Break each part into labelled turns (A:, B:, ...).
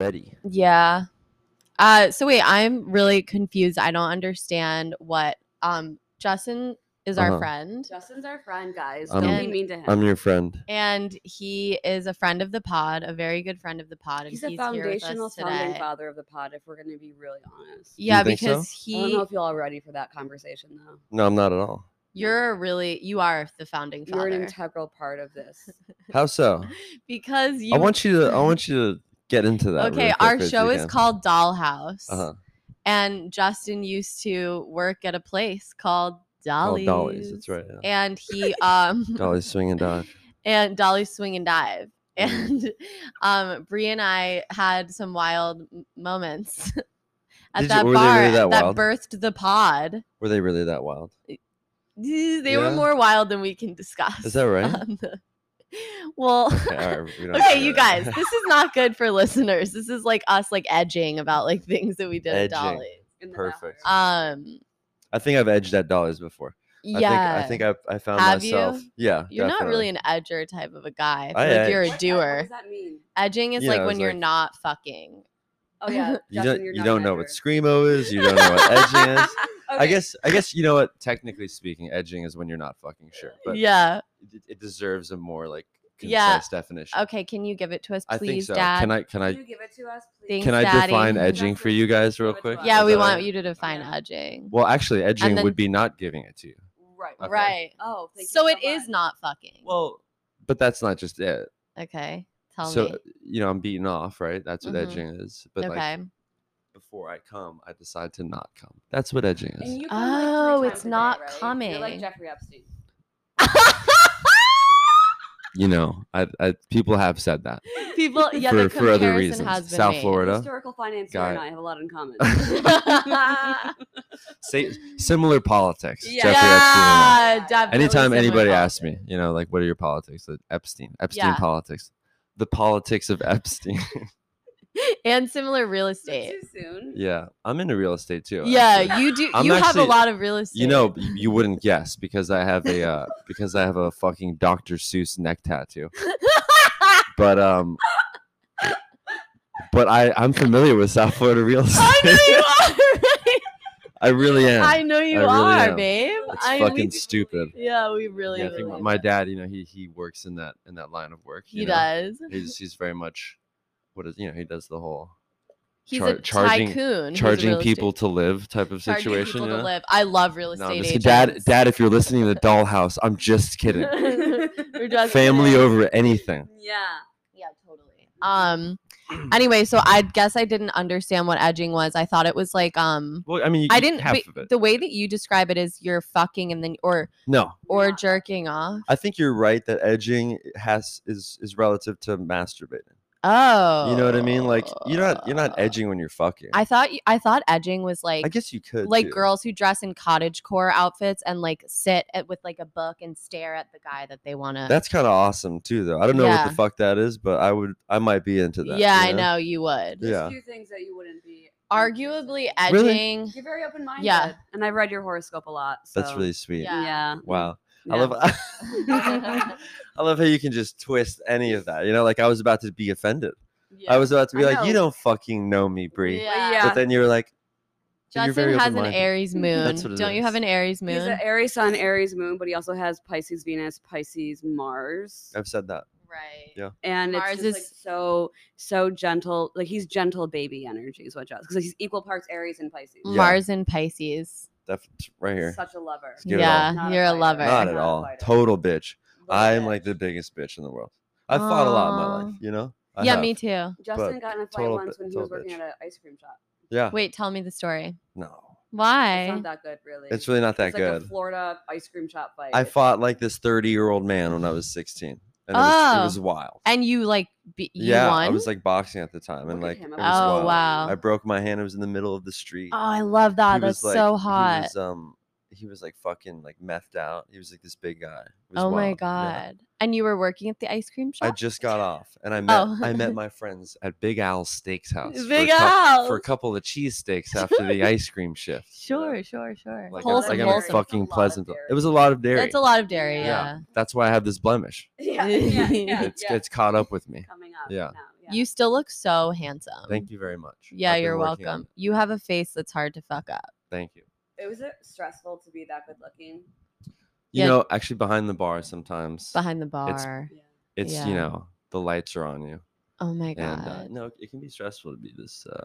A: already.
B: Yeah. Uh, so wait, I'm really confused. I don't understand what um Justin is our
A: Uh-huh.
B: friend
C: Justin's our friend, guys.
A: I'm-
C: Don't be mean to him.
A: I'm your friend.
B: and he is a friend of the pod, a very good friend of the pod. and
C: he's a
B: here with us
C: foundational founding
B: today.
C: father of the pod, if we're going to be really honest.
B: Yeah,
A: think so?
B: because
C: I don't know
B: he
C: if y'all are ready for that conversation, though.
A: No, I'm not at all.
B: you're a really you are the founding
C: You're an
B: father.
C: integral part of this.
A: How so?
B: because you
A: I want you to. I want you to get into that.
B: Okay, our show is called Dollhouse.
A: Uh huh.
B: And Justin used to work at a place called Dolly's.
A: Dolly's. That's right. Yeah.
B: And he um
A: Dolly's swing and dive.
B: and Dolly Swing and Dive.
A: Mhm.
B: And um, Brie and I had some wild m- moments
A: Did
B: at
A: you-
B: that
A: were they
B: bar
A: really that wild?
B: birthed the pod.
A: Were they really that wild?
B: Eh, They were
A: Yeah.
B: more wild than we can discuss.
A: Is that right?
B: on the- well,
A: Okay, all right, we don't have to
B: okay,
A: do
B: you
A: that.
B: guys, this is not good for listeners. This is like us like edging about like things that we did at
A: Edging.
B: Dolly.
C: in the
A: Perfect.
C: bathroom.
B: Um,
A: I think I've edged at Dolly's before.
B: yeah,
A: I think I think I, I found
B: Have
A: myself.
B: you?
A: Yeah.
B: you're not really
A: definitely.
B: an edger type of a guy. I feel
A: I
B: like you're
A: edge.
B: a
C: What the heck- What
B: doer.
C: does that mean?
B: Edging is
A: You
B: like
A: know,
B: when
A: it's
B: you're
A: like-
B: not fucking.
C: Oh yeah,
A: You
C: Justin,
A: don't.
C: you're
A: You
C: not
A: don't
C: an
A: know what
C: edger.
A: screamo is. You don't know what edging is. I
C: Okay,
A: guess. I guess you know what. Technically speaking, edging is when you're not fucking sure. But
B: yeah.
A: it, it deserves a more like concise
B: Yeah,
A: definition.
B: Okay. Can you give it to us,
A: I
B: please,
A: think so.
B: Dad?
A: Can I? Can
C: Can
A: I?
C: you give it to us, please?
B: Thanks,
A: Can I
B: Daddy.
A: define
B: You
A: edging
C: have
A: for
C: to
A: you guys
C: give
A: real
C: it to
A: quick?
C: us.
A: Is
B: Yeah, we
A: that all
B: want
A: right?
B: you to define
C: Yeah.
B: edging.
A: Well, actually, edging
B: then-
A: would be not giving it to you.
C: Right.
A: Okay.
B: Right.
C: Oh, thank you
B: so
C: so
B: it is
C: much.
B: not fucking.
A: Well, but that's not just it.
B: okay. Tell
A: so
B: me.
A: you know, I'm beaten off, right? That's what
B: Mhm.
A: edging is. But
B: okay.
A: like before I come, I decide to not come. That's what edging is.
C: And you come, like, three
B: Oh, it's
C: times a day,
B: not
C: right? You're
B: coming.
C: like Jeffrey Epstein.
A: You know, I, I people have said that.
B: People, yeah, the
A: For- for other
B: comparison
A: reasons.
B: has been
A: South
B: made.
A: Florida.
C: Historical finance
A: Got
C: and
A: it.
C: I have a lot in common.
A: Say similar politics.
C: Yeah.
A: Jeffrey Epstein and I.
B: yeah, definitely
A: Anytime
B: similar
A: anybody asks me,
B: politics.
A: you know, like, what are your politics? Like, Epstein, Epstein
B: Yeah.
A: politics, the politics of Epstein.
B: and similar real
C: Is it
B: estate.
C: too soon?
A: yeah, I'm into real estate too. actually.
B: Yeah, you do.
A: I'm
B: you have a
A: actually-
B: lot of real estate.
A: You know, y- you wouldn't guess because I have a uh, because I have a fucking Dr. Seuss neck tattoo. But um, but I I'm familiar with South Florida real
B: I know
A: estate.
B: you are. right?
A: I really am.
B: I know you
A: really
B: are,
A: am.
B: babe.
A: it's
B: I,
A: fucking
B: we,
A: stupid.
B: yeah, we really.
A: Yeah, I think
B: really
A: my dad, you know, he he works in that in that line of work.
B: He
A: you know?
B: does.
A: He's he's very much what is you know he does the whole
B: He's
A: char-
B: a
A: charging-
B: tycoon. who's a
A: charging
B: real
A: people
B: estate-
A: to live type of
B: charging
A: situation.
B: people
A: you
B: to
A: know?
B: live. I love real
A: No, I'm
B: estate
A: just- dad,
B: agents.
A: dad, if you're listening to the Dollhouse, I'm just kidding.
B: We're just
A: Family
B: kidding.
A: over anything.
C: Yeah.
B: Yeah, totally. Um. Anyway, so I guess I didn't understand what edging was. I thought it was like um.
A: Well, I mean, you,
B: I
A: you-
B: didn't.
A: half
B: wait,
A: of it.
B: The way that you describe it is you're fucking and then or
A: no,
B: or
C: Yeah.
B: jerking off.
A: I think you're right that edging has is is relative to masturbating.
B: Oh,
A: You know what I mean? Like you're not you're not edging when you're fucking.
B: Uh. I thought you- I thought edging was like
A: I guess you could
B: like
A: too.
B: girls who dress in cottage core outfits and like sit at, with like a book and stare at the guy that they want to.
A: That's kind of awesome too, though. I don't know what
B: Yeah.
A: the fuck that is, but I would I might be into that.
B: yeah,
A: you
B: I know you would.
A: Yeah.
C: There's two things that you wouldn't be.
B: Arguably
C: interested
A: Really?
B: edging.
C: in. You're very open minded.
B: Yeah.
C: And I've read your horoscope a lot. So.
A: That's really sweet.
B: Yeah.
C: Yeah.
A: Wow. I
C: Yeah.
A: love I love how you can just twist any of that. You know, like I was about to be offended. I was about to be
C: I
A: like, you
C: know.
A: don't fucking know me, Brie.
B: Yeah.
C: Yeah.
A: But then you were like, You're very
B: Justin has an
A: open-minded.
B: Aries moon.
A: That's what it
B: Don't you have
A: is.
B: an Aries moon?
C: He's an Aries Sun, Aries Moon, but he also has Pisces Venus, Pisces Mars,
A: I've said that.
B: right.
A: Yeah.
C: and
B: Mars
C: it's just,
B: is-
C: like so so gentle. Like he's gentle baby energy is what Josh because he's equal parts Aries and Pisces.
A: Yeah.
B: Mars and Pisces.
A: Def- right here.
C: Such a lover.
A: Let's get it
B: Yeah,
C: Not
B: you're a
C: fighter.
B: lover.
A: Not
C: Not
A: at
C: a
A: all.
C: fighter.
A: Total bitch.
C: Love
A: I'm
C: it.
A: like the biggest bitch in the world. I've fought a lot in my
B: Aw.
A: life, you know? I
B: yeah,
A: have.
B: me too.
C: Justin
A: but
C: got in a fight
A: total
C: once
A: bi-
C: when he was
A: total
C: working
A: bitch.
C: at an ice cream shop.
A: Yeah.
B: Wait, tell me the story.
A: No.
B: Why?
C: It's not that good, really.
A: It's really not that
C: It's
A: good.
C: Like a Florida ice cream shop fight.
A: I fought like this 30 year old man when I was 16. And it, was,
B: Oh.
A: it was wild.
B: and you like be- you
A: yeah.
B: won?
A: I was like boxing at the time. And
C: Look
A: like,
C: at him,
A: it
C: I'm
A: was
C: like,
B: Oh,
A: wild.
B: wow.
A: I broke my hand. It was in the middle of the street.
B: Oh, I love that.
A: He was,
B: That's
A: like-
B: so
A: he
B: hot.
A: was, um, he was like fucking like methed out. He was like this big guy. It was
B: oh my
A: wild, yeah.
B: god. And you were working at the ice cream
A: I
B: shop?
A: just got off, and I met
B: Oh.
A: I met my friends at Big Al's Steakhouse. for
B: Big
A: a cou- for
B: Al's.
A: a couple of cheesesteaks after the ice cream shift.
B: sure, sure, sure.
A: Like,
B: wholesome,
A: I, like I'm a
B: wholesome.
C: That's a lot
A: fucking
C: of
A: Pleasantville.
C: dairy.
A: It was a lot of dairy.
B: That's a lot of dairy,
C: Yeah.
B: yeah.
A: That's why I have this blemish.
C: yeah, yeah, yeah,
A: it's
C: yeah.
A: it's caught up with me.
C: coming up.
A: yeah.
C: now,
B: You still look so handsome.
A: Thank you very much.
B: Um, Yeah,
A: I've been
B: you're
A: working
B: welcome.
A: on-
B: You have a face that's hard to fuck up.
A: Thank you.
C: It was it stressful to be that good looking.
A: You
B: Yeah.
A: know, actually behind the bar sometimes
B: Behind the bar.
C: Yeah.
A: it's you
B: yeah.
A: know the lights are on you,
B: oh my god.
A: and uh, no, it can be stressful to be this. Uh,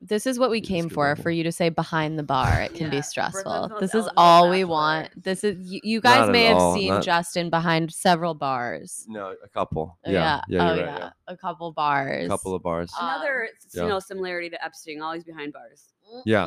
B: this is what we
A: It is
B: came
A: good
B: for
A: level.
B: for you to say behind the bar it can
C: Yeah,
B: be
C: Brooklyn's
B: stressful
C: most
B: this is
C: eligible
B: all we
C: bachelor.
B: want this is you, you guys
A: Not at
B: may have
A: all,
B: seen
A: not-
B: justin behind several bars
A: no, a couple.
B: Oh,
A: Yeah, yeah,
B: oh
A: you're right,
B: yeah. a couple bars
A: A couple of bars.
B: Um,
C: Another s-
A: yeah.
C: you know similarity to Epstein, always behind bars.
A: Yeah.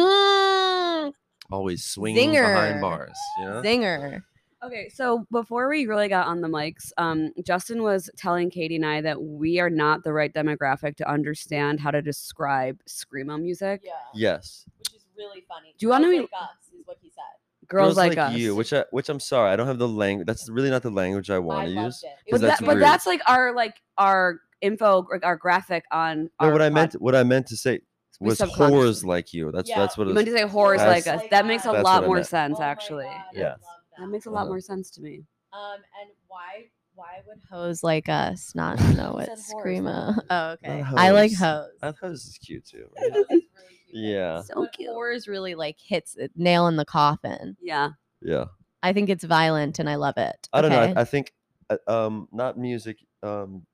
B: zinger
A: Always swinging
B: zinger.
A: behind bars. You know?
C: Okay, so before we really got on the mics, um, Justin was telling Katie and I that we are not the right demographic to understand how to describe screamo music.
A: Yes,
B: which is really funny
C: Do you wanna Girls be-
B: us is what he said
C: Girls, like, us.
A: you, which I, which I'm sorry, I don't have the language. That's really not the language I want to use.
C: but,
A: But
C: that,
A: that's
C: but
A: rude.
C: that's like our like our info, like our graphic on.
A: No,
C: our
A: what I
C: pod-
A: meant, what I meant to say
C: we
A: was
C: subconscious-
A: whores like you. That's
B: Yeah,
A: that's what.
C: You
A: it
C: meant
A: was-
C: to say whores
A: That's-
C: like us. That makes a
A: That's
C: lot
A: what I
C: more
A: meant.
B: Oh
C: sense, actually.
A: Yeah.
C: That makes a lot
A: Uh-huh.
C: more sense to me.
B: Um, and why why would hoes like us not know
C: I
B: what
C: said whores,
B: screamo?
C: not hoes.
B: Oh, okay.
A: Not
B: I like
A: hoes.
B: hoes.
A: I thought this is cute too.
B: Hoes is
A: right?
B: really cute,
A: yeah,
C: So
B: But
C: cute.
B: whores really like hits it, nail in the coffin.
C: Yeah.
A: yeah.
B: I think it's violent and I love it.
A: I don't
B: okay?
A: know. I, I think, uh, um, not music, um,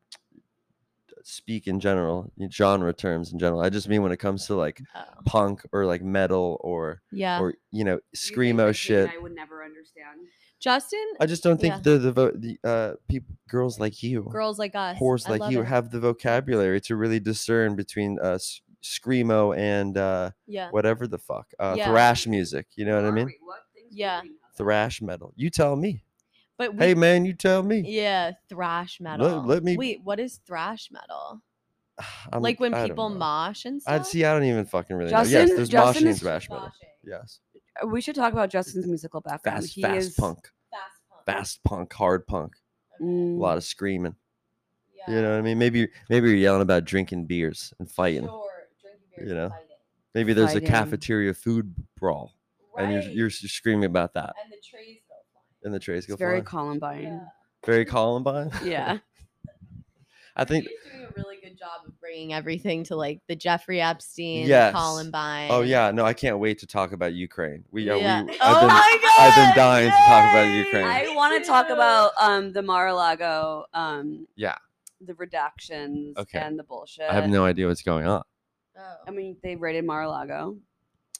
A: speak in general, in genre terms in general. I just mean when it comes to like
C: Mm-hmm.
B: Oh,
A: punk or like metal or
B: yeah.
A: or you know
C: You think that
A: screamo
C: Katie
A: shit.
C: and I would never understand.
B: Justin,
A: I just don't think
B: Yeah.
A: the the vo- the uh people girls like you,
B: girls like us.
A: whores
B: I
A: like
B: love
A: you
B: it.
A: have the vocabulary to really discern between uh s- screamo and uh
B: Yeah.
A: whatever the fuck uh
B: Yeah.
A: thrash music. You know what I
C: Are
A: mean?
C: we? What things do
B: Yeah.
C: we know?
A: Thrash metal. You tell me.
B: But we,
A: Hey man, you tell me.
B: yeah, thrash metal.
A: let me-
B: Wait, what is thrash metal?
A: Ah, I'm-
B: like when
A: I don't
B: people
A: know.
B: mosh and stuff?
A: I'd see. I don't even fucking really know.
C: Justin-
A: Yes, there's
C: Justin
A: moshing and
C: is
A: thrash metal.
B: Moshing.
A: Yes,
C: Uh, We should talk about Justin's musical background.
A: fast,
C: He
A: fast
C: is-
A: punk,
B: Fast punk.
A: fast punk, hard punk.
B: Okay.
A: A
C: Mm,
A: lot of screaming.
B: Yeah.
A: You know what I mean? Maybe maybe you're yelling about drinking beers and fighting.
B: Sure, drinking beer
A: you
B: and
A: know?
B: fighting.
A: Maybe there's
C: Fighting.
A: a cafeteria food brawl, and you're, you're
B: Right.
A: s- screaming about that,
B: and the trays go flying.
A: and the trays go
C: it's very
A: flying.
C: Columbine.
A: very Columbine.
C: Yeah.
A: I think.
B: he's doing a really good job of bringing everything to like the Jeffrey Epstein,
A: Yes.
B: the Columbine.
A: Oh yeah, no, I can't wait to talk about Ukraine. We, uh,
B: Yeah.
A: we
B: Oh
A: I've been,
B: my God!
A: I've been dying to talk about Ukraine.
C: I want to talk about um, the Mar-a-Lago. Um,
A: Yeah.
C: The redactions
A: Okay.
C: and the bullshit.
A: I have no idea what's going on.
B: Oh.
C: I mean, they raided Mar-a-Lago.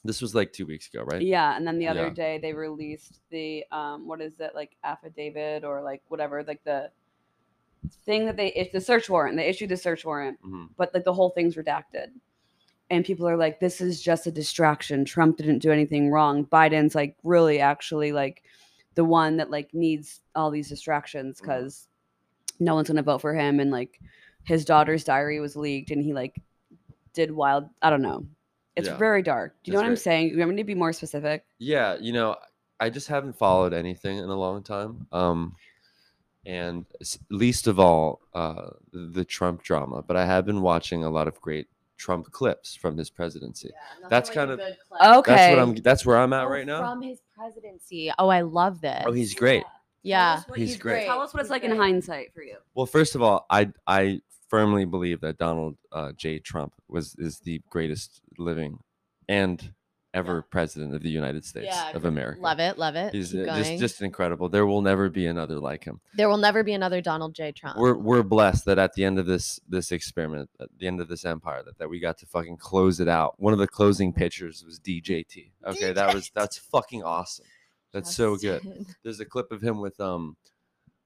A: This was like two weeks ago, right?
C: Yeah, and then the other
A: Yeah.
C: day they released the um, what is it like affidavit or like whatever like the thing that they it's the search warrant. They issued the search warrant,
A: Mhm.
C: but like the whole thing's redacted. And people are like, this is just a distraction. Trump didn't do anything wrong. Biden's like really actually like the one that like needs all these distractions
A: Mhm.
C: because no one's gonna vote for him. And like his daughter's diary was leaked and he like did wild I don't know. It's
A: Yeah.
C: very dark. Do you know
A: It's
C: what I'm
A: very-
C: saying? You want me to be more specific?
A: yeah you know i just haven't followed anything in a long time um and s- least of all uh the trump drama but i have been watching a lot of great trump clips from his presidency That's kind of-
C: Okay.
A: that's what i'm that's where i'm at right now
B: Oh, From his presidency. Oh, I love this.
A: oh he's great
B: yeah.
A: He's great.
C: Tell us what it's
B: He's
C: like in
B: great.
C: hindsight for you.
A: well first of all i i firmly believe that donald uh, j trump was is the greatest living and ever president of the united states
B: Yeah,
A: of
B: gr-
A: america
B: Love it. Love it.
A: He's
B: Keep
A: uh, just
B: going.
A: just incredible. There will never be another like him.
B: there will never be another Donald J. Trump.
A: we're we're blessed that at the end of this this experiment, at the end of this empire, that, that we got to fucking close it out. One of the closing pictures was DJT. Okay, that was that's fucking awesome. That's so good.
B: Justin.
A: There's a clip of him with um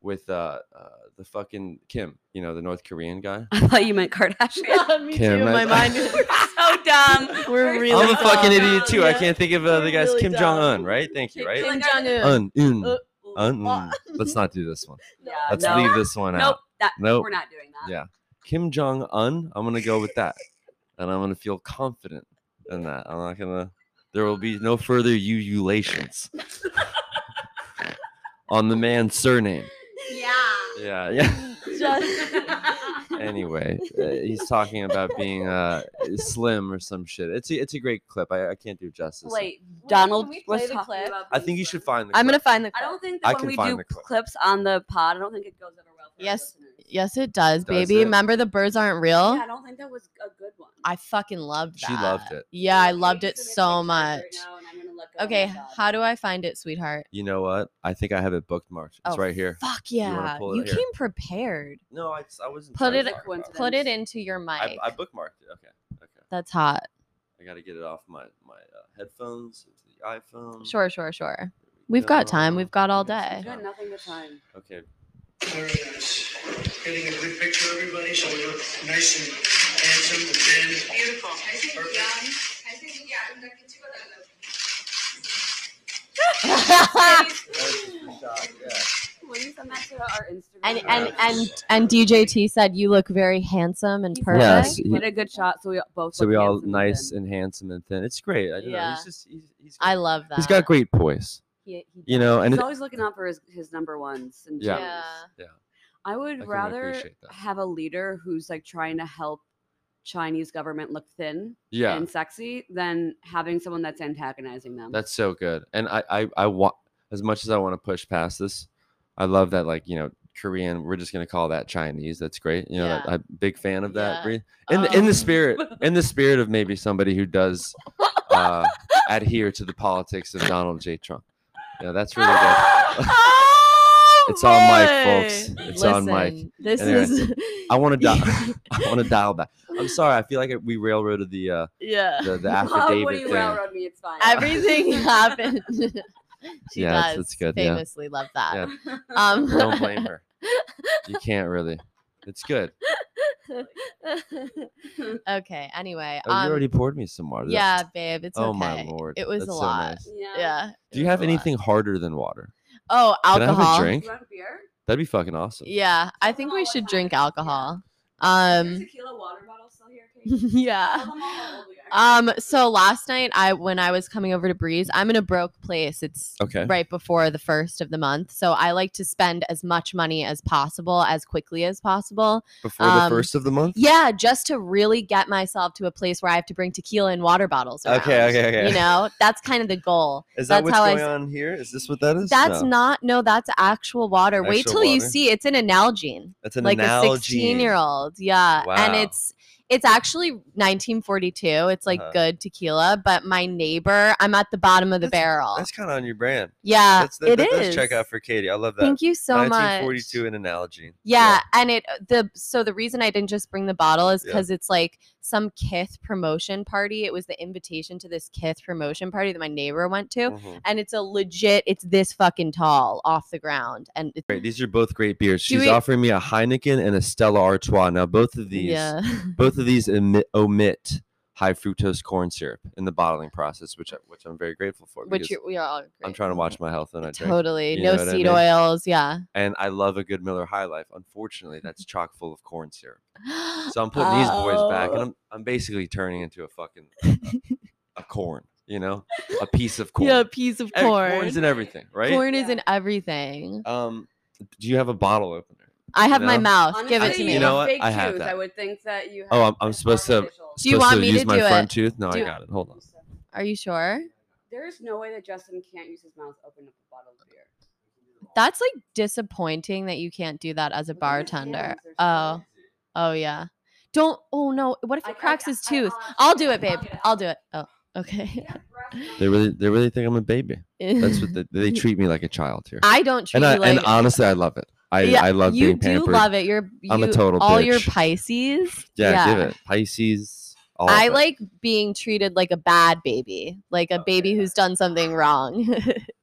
A: with uh, uh the fucking Kim, you know, the North Korean guy.
C: I thought you meant Kardashian.
B: Me
A: Kim,
B: too.
A: I-
B: My mind.
C: We're so dumb.
B: We're
C: We're
B: really
A: I'm a
B: dumb.
A: fucking idiot too. I
B: Yeah.
A: can't think of uh, the
B: We're
A: guy's
B: really
A: Kim
B: dumb.
A: Jong Un, right? Thank you, right?
B: Kim Jong Un.
A: Un, un,
B: Uh,
A: un.
B: uh,
A: Let's not do this one.
C: Yeah,
A: Let's
C: no.
A: leave this one
C: Nope.
A: out.
C: That,
A: Nope.
C: We're not doing that.
A: Yeah. Kim Jong Un. I'm gonna go with that, and I'm gonna feel confident in that. I'm not gonna. There will be no further ululations on the man's surname.
C: Yeah.
A: Yeah, yeah.
B: Just-
A: Anyway, uh, he's talking about being uh, slim or some shit. It's a, it's a great clip. I, I can't do it justice.
C: Wait,
B: can
C: Donald
B: we
C: was
B: play the
C: talking
B: clip?
C: about
A: I
C: being
A: think you should
C: slim.
A: find the.
B: I'm gonna
A: clip.
B: find the.
C: I
B: clip.
C: don't think
A: I
C: that
A: can
C: when we
A: find
C: do
A: the clip.
C: clips on the pod, I don't think it goes over well. For our
B: Yes.
C: listeners.
B: Yes, it
A: Does
B: does, baby.
A: it?
B: Remember the birds aren't real?
C: Yeah, I don't think that was a good one.
B: I fucking loved that.
A: She loved it.
B: Yeah, I
C: Okay,
B: loved
C: you
B: it
C: send me a
B: so
C: picture right
B: much.
C: now and I'm gonna let go of my
B: Okay,
C: dog.
B: how do I find it, sweetheart?
A: You know what? I think I have it bookmarked. It's
B: Oh,
A: right here.
B: Fuck
A: wanna
B: yeah.
A: pull
B: You,
A: it here?
B: came prepared.
A: No, I, just, I wasn't.
B: Put
A: trying to
B: it-
A: talk about
B: Put it into your
A: I,
B: mic.
A: I bookmarked it. Okay. Okay.
B: That's hot.
A: I got to get it off my my uh, headphones into the iPhone.
B: Sure, sure, sure.
A: There we
B: We've got time. We've got all
A: We got some
B: day.
C: You got
A: time.
C: nothing but time.
A: Okay.
D: Very nice. Getting a good picture of everybody, so we look nice and handsome and thin. Beautiful.
C: When you send that to our Instagram,
B: and and and and DJT said you look very handsome and perfect.
A: Yes.
C: He did a good shot, so we both.
A: So
C: look
A: we all
C: handsome and
A: nice
C: thin.
A: and handsome and thin. It's great. I don't know.
B: Yeah.
A: He's just he's, he's
B: I love that.
A: he's got great poise.
C: He- he
A: You know, and
C: He's
A: it-
C: always looking out for his, his number ones. And
A: Yeah.
C: twos.
B: Yeah.
A: yeah.
C: I
A: I
C: would
A: can
C: rather
A: appreciate that.
C: have a leader who's like trying to help Chinese government look thin
A: Yeah.
C: and sexy than having someone that's antagonizing them.
A: That's so good. And I, I, I want as much as I want to push past this. I love that, like you know, Korean. We're just gonna call that Chinese. That's great. You know, that,
B: Yeah.
A: I'm a big fan of that.
B: Yeah.
A: breed. In the, in
B: Um,
A: the spirit, in the spirit of maybe somebody who does uh, adhere to the politics of Donald J. Trump. Yeah, that's really good. It's on mic, folks.
B: boy.
A: It's on mic.
B: Listen, This
A: Anyway,
B: is.
A: I want to dial. I want to dial back. I'm sorry. I feel like we railroaded the uh,
B: yeah.
A: the, the
C: oh, what do
A: affidavit
C: you
A: thing.
C: railroad me? It's fine.
B: Everything happened. she
A: Yeah,
B: does.
A: it's- it's good, yeah.
B: Famously love that.
A: Yeah.
B: Um,
A: Don't blame her. You can't really. It's good.
B: okay. Anyway.
A: Oh, you
B: um,
A: already poured me some water. That's-
B: yeah, babe. It's
A: oh
B: okay.
A: my lord.
B: It was
A: That's
B: a
A: so
B: lot.
A: nice.
C: yeah.
B: Yeah. it
A: Do you
B: was
A: have
B: a lot.
A: anything harder than water?
B: Oh,
A: Can I
B: alcohol.
A: have a
C: Do
A: drink?
C: you want a beer?
A: That'd be fucking awesome.
B: Yeah, I think
C: Alcohol
B: we
C: is
B: should
C: fine.
B: drink
C: Yeah.
B: alcohol.
C: Is your
B: Um,
C: tequila water bottle still here, Kate? Tell
B: yeah.
C: them all how old we are.
B: Um, so last night I when I was coming over to Breeze, I'm in a broke place. It's
A: Okay.
B: right before the first of the month. So I like to spend as much money as possible as quickly as possible.
A: Before
B: Um,
A: the first of the month?
B: Yeah, just to really get myself to a place where I have to bring tequila and water bottles. Around,
A: Okay, okay, okay.
B: You know, that's kind of the goal.
A: Is that
B: that's
A: what's
B: how I
A: going
B: s-
A: on here? Is this what that is?
B: That's
A: No.
B: not no, that's actual water. Wait
A: Actual
B: till you
A: water?
B: see it's an analgene.
A: That's an
B: like
A: analogy.
B: a 16 year old yeah and
A: Wow.
B: it's it's actually 1942 it's like
A: Uh-huh.
B: good tequila but my neighbor i'm at the bottom of the
A: That's-
B: barrel
A: That's kind of on your brand.
B: yeah
A: That's, that,
B: Uh, it
A: that
B: is.
A: does check out for Katie. I love that.
B: thank you so much
A: 1942 an analogy.
B: yeah, and it the so the reason i didn't just bring the bottle is
A: Yeah.
B: because it's like some kith promotion party it was the invitation to this kith promotion party that my neighbor went to
A: Mhm.
B: and it's a legit it's this fucking tall off the ground and it's
A: Great. These are both great beers.
B: Do
A: She's
B: we-
A: offering me a Heineken and a Stella Artois. Now both of these,
B: yeah
A: both of these omit, omit high fructose corn syrup in the bottling process, which I, which I'm very grateful for.
B: which
A: because
B: you, we are all
A: I'm
B: great.
A: trying to watch my health and I drink.
B: Totally.
A: You
B: no
A: know what I
B: seed
A: mean?
B: oils. Yeah.
A: And I love a good Miller High Life. Unfortunately, that's chock full of corn syrup. So I'm putting these boys back, and
B: Oh.
A: I'm I'm basically turning into a fucking a corn, you know, a piece of corn.
B: Yeah, a piece of
A: Ev-
B: corn.
A: Corn's in everything, right?
B: Corn is
C: Yeah.
B: in everything.
A: Um, do you have a bottle opener?
B: I have my
A: know?
B: mouth. Give it
C: Honestly,
B: to
A: you
B: me.
A: know
C: have
A: what?
C: fake
A: I have
C: shoes.
A: that.
C: I would think that you.
A: Oh,
C: have
A: I'm- I'm
C: like
A: supposed to-
C: artificial-
B: Do you
A: Supposed
B: want
A: to
B: me
A: use
B: to
A: my
B: do
A: front
B: it?
A: tooth? No,
B: Do
A: I
B: you-
A: got it. Hold on.
B: Are you sure?
C: There is no way that Justin can't use his mouth open up a bottle of beer.
B: That's like disappointing that you can't do that as a
C: Look at his
B: bartender.
C: hands, they're so
B: Oh, oh yeah. Don't. Oh no. What if
C: I-
B: it
C: I-
B: cracks
C: I-
B: his
C: I-
B: tooth?
C: I'll-
B: I'll do it,
C: I'll
B: babe.
C: get it.
B: I'll do it. Oh, okay.
A: They really, they really think I'm a baby. That's what they, they treat me like a child here.
B: I don't treat
A: and I,
B: you like.
A: and honestly, I love it. I,
B: Yeah,
A: I love
B: you
A: being
B: do
A: pampered.
B: love it. You're. You,
A: I'm a total
B: All your
A: bitch.
B: Pisces.
A: Yeah, give it. Pisces. All of
B: I
A: it.
B: like being treated like a bad baby, like a baby who's done something wrong.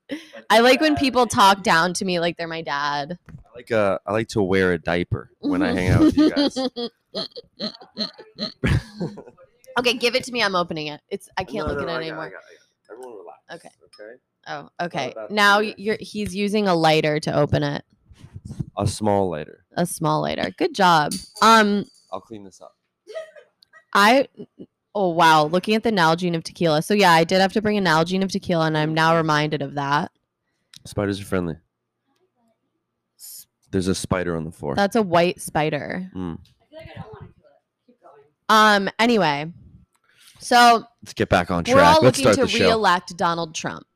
B: I like when people talk down to me like they're my dad.
A: I like uh, I like to wear a diaper when I hang out with you guys.
B: okay, give it to me. I'm opening it. It's I can't look at it anymore.
A: Everyone relax.
B: Okay.
A: Okay.
B: Oh, okay.
A: about to
B: Now
A: do this.
B: you're he's using a lighter to open it.
A: A small lighter.
B: A small lighter. Good job. Um
A: I'll clean this up.
B: I oh wow, looking at the Nalgene of tequila. So yeah, I did have to bring a Nalgene of tequila and I'm now reminded of that.
A: Spiders are friendly. There's a spider on the floor.
B: That's a white spider.
C: I feel like I don't want to kill it. Keep going.
B: Um anyway. So
A: Let's get back on track.
B: We're all
A: Let's
B: looking
A: start
B: to
A: the show.
B: reelect Donald Trump.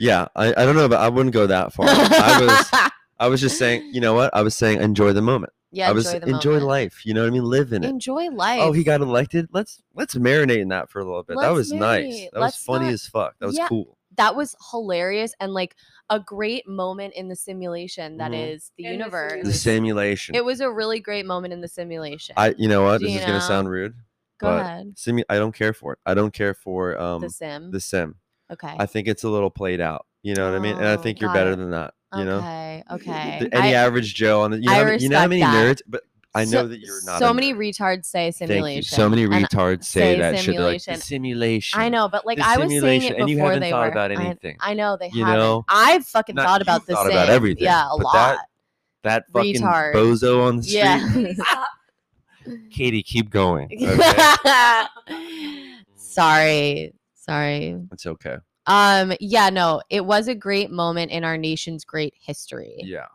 A: yeah, I, I don't know, but I wouldn't go that far. I was I was just saying, you know what? I was saying enjoy the moment.
B: Yeah,
A: I was
B: enjoy the
A: enjoy
B: moment.
A: life. You know what I mean? Live in it.
B: Enjoy life.
A: Oh, he got elected. Let's let's marinate in that for a little bit. that
B: Let's
A: was nice.
B: marinate.
A: That was
B: Let's
A: funny
B: not-
A: as fuck. That was
B: Yeah.
A: cool.
B: that was hilarious and like a great moment in the simulation that
A: Mhm.
B: is the
C: In the
B: universe.
A: The simulation.
B: It was a really great moment in the simulation.
A: I you know what? This is
B: Gina,
A: gonna sound rude.
B: Go
A: but
B: ahead.
A: Simu- I don't care for it. I don't care for um
B: the sim.
A: the sim.
B: okay.
A: I think it's a little played out. You know what I mean? And I
B: Oh,
A: think you're
B: got
A: better
B: it.
A: than that. You know,
B: Okay. Okay.
A: The- any
B: I-
A: average Joe on the, you know,
B: I
A: how many- you know how
B: respect
A: many
B: that.
A: nerds, but I know
B: so-
A: that you're not.
B: So
A: a
B: many
A: nerd.
B: retards say
A: Thank you.
B: simulation.
A: So many
B: and
A: retards say,
B: say
A: that shit. They're like the
B: simulation.
A: simulation.
B: I know, but like
A: the
B: I was saying
A: simulation,
B: it before
A: and you haven't
B: they
A: thought
B: were.
A: about
B: I-
A: anything.
B: I, know they
A: You
B: haven't.
A: know?
B: I've fucking
A: Not-
B: thought about
A: you've
B: the
A: thought about
B: sim.
A: everything,
B: Yeah, a
A: but that
B: lot.
A: That fucking
B: retard.
A: bozo on the street.
B: yeah.
A: Katie, keep going. Okay?
B: sorry. Sorry.
A: it's okay.
B: Um yeah, no, it was a great moment in our nation's great history.
A: Yeah.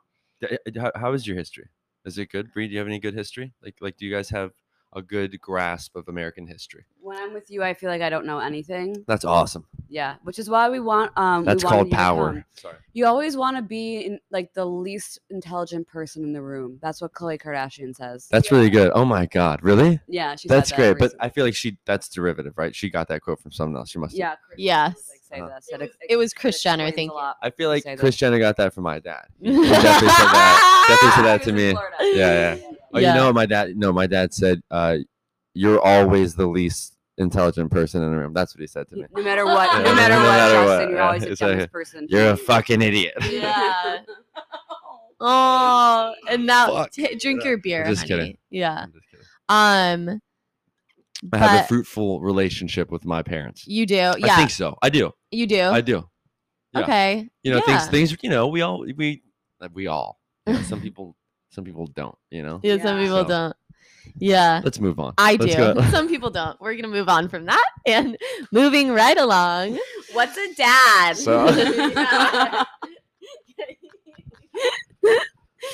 A: D- uh, How, how is your history? Is it good, Bree? Do you have any good history? Like, like, do you guys have a good grasp of American history?
C: When I'm with you, I feel like I don't know anything.
A: That's awesome.
C: Yeah, which is why we want. Um,
A: That's
C: we wanted
A: called
C: you to come.
A: power. Sorry.
C: You always want to be in, like the least intelligent person in the room. That's what Khloe Kardashian says.
A: That's really good. Oh my god, really?
C: yeah, she. said
A: that's
C: that
A: great. But
C: recently.
A: I feel like she that's derivative, right? She got that quote from someone else. She must. have.
C: yeah, Kris
B: Yes.
C: Jenner was, like, say
A: Uh-huh.
C: this, that
B: It
C: ex-
B: was- it was
C: that
B: Kris Jenner,
C: explains a
B: thank you.
C: lot.
A: I feel like
C: Say that.
A: Kris Jenner got that from my dad. He definitely said that. Definitely said that to me. Yeah,
C: yeah.
A: Oh,
B: Yeah.
A: you know what my dad? No, my dad said, uh, "You're always the least intelligent person in the room." That's what he said to me.
C: No matter what,
B: Yeah,
C: no matter
B: no
C: what,
A: matter what,
C: Justin, you're
A: yeah,
C: always the
A: it's like,
C: dumbest person.
A: You're a fucking idiot.
B: Yeah. Oh, and now
A: Fuck.
B: t- drink your beer.
A: just
B: honey.
A: kidding.
B: Yeah.
A: I'm just kidding.
B: Um,
A: I have a
B: But-
A: fruitful relationship with my parents.
B: you do. Yeah,
A: I think so. I do.
B: you do.
A: I do. yeah.
B: Okay.
A: You know, things.
B: Yeah.
A: Things. You know, we all we uh, we all. you know, some people. Some people don't. You know.
B: Yeah, some
C: Yeah.
B: people
A: So-
B: don't. Yeah.
A: Let's move on.
B: I
A: Let's
B: do.
A: go-
B: Some people don't. We're gonna move on from that and moving right along. What's a dad?
A: So-
B: Yeah.